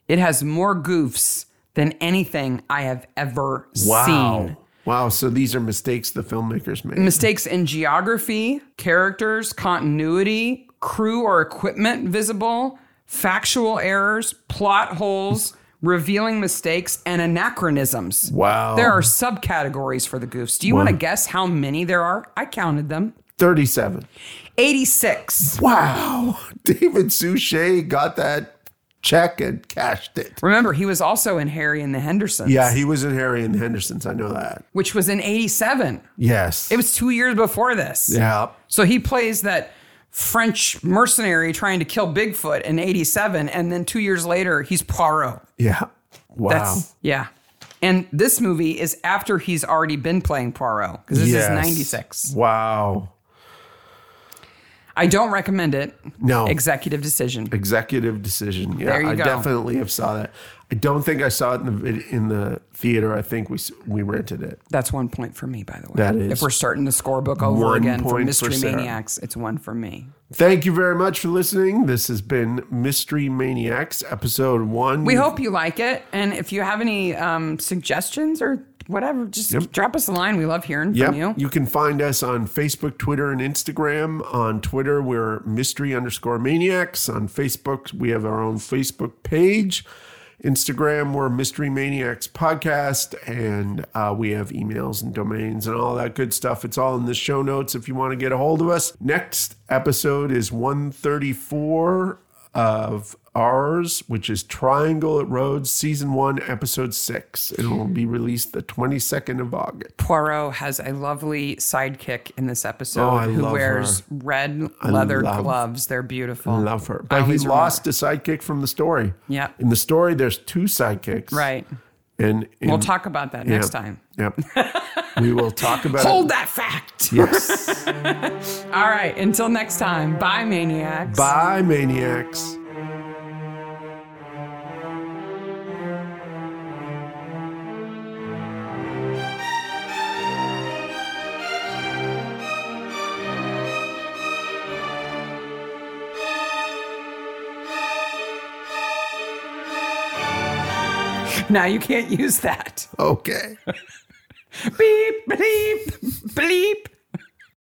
A: It has more goofs than anything I have ever
B: Wow.
A: seen.
B: Wow. So these are mistakes the filmmakers made.
A: Mistakes in geography, characters, continuity, crew or equipment visible, factual errors, plot holes, revealing mistakes, and anachronisms.
B: wow.
A: There are subcategories for the goofs. Do you want to guess how many there are? I counted them
B: 37.
A: 86.
B: Wow. David Suchet got that check and cashed it.
A: Remember, he was also in Harry and the Hendersons,
B: Yeah, he was in Harry and the Hendersons. I know that.
A: which was in 87.
B: Yes.
A: It was two years before this.
B: yeah.
A: So he plays that French mercenary trying to kill Bigfoot in 87. And then two years later, he's Poirot.
B: Yeah. Wow.
A: That's, yeah. And this movie is after he's already been playing Poirot because this
B: Yes.
A: is 96.
B: Wow.
A: I don't recommend it.
B: No.
A: Executive decision.
B: executive decision. Yeah,
A: There you
B: I
A: go.
B: definitely have saw that. I don't think I saw it in the vid- in the theater. I think we s- we rented it.
A: That's one point for me, by the way.
B: That is
A: If we're starting the scorebook over
B: one
A: again for
B: point for
A: Mystery
B: Sarah.
A: Maniacs, it's one for me.
B: Thank you very much for listening. This has been Mystery Maniacs, episode one.
A: We hope you like it. And if you have any um, suggestions or whatever, just drop us a line. We love hearing
B: Yep.
A: from you.
B: You can find us on Facebook, Twitter, and Instagram. On Twitter, we're mystery underscore maniacs. On Facebook, we have our own Facebook page. Instagram, we're Mystery Maniacs Podcast, and uh, we have emails and domains and all that good stuff. It's all in the show notes if you want to get a hold of us. Next episode is 134 of ours, which is Triangle at Rhodes, Season 1, Episode 6. It will be released the 22nd of August.
A: Poirot has a lovely sidekick in this episode
B: Oh, I
A: who
B: love
A: wears red leather
B: love-
A: gloves. They're beautiful.
B: I love her. But he
A: always
B: lost a sidekick from the story.
A: Yeah.
B: In the story, there's two sidekicks.
A: Right.
B: And, and
A: We'll talk about that next time.
B: Yep. we will talk about
A: Hold
B: it.
A: that fact.
B: Yes.
A: All right. Until next time. Bye, maniacs.
B: Bye, maniacs.
A: Now you can't use that.
B: Okay.
A: Beep, bleep, bleep.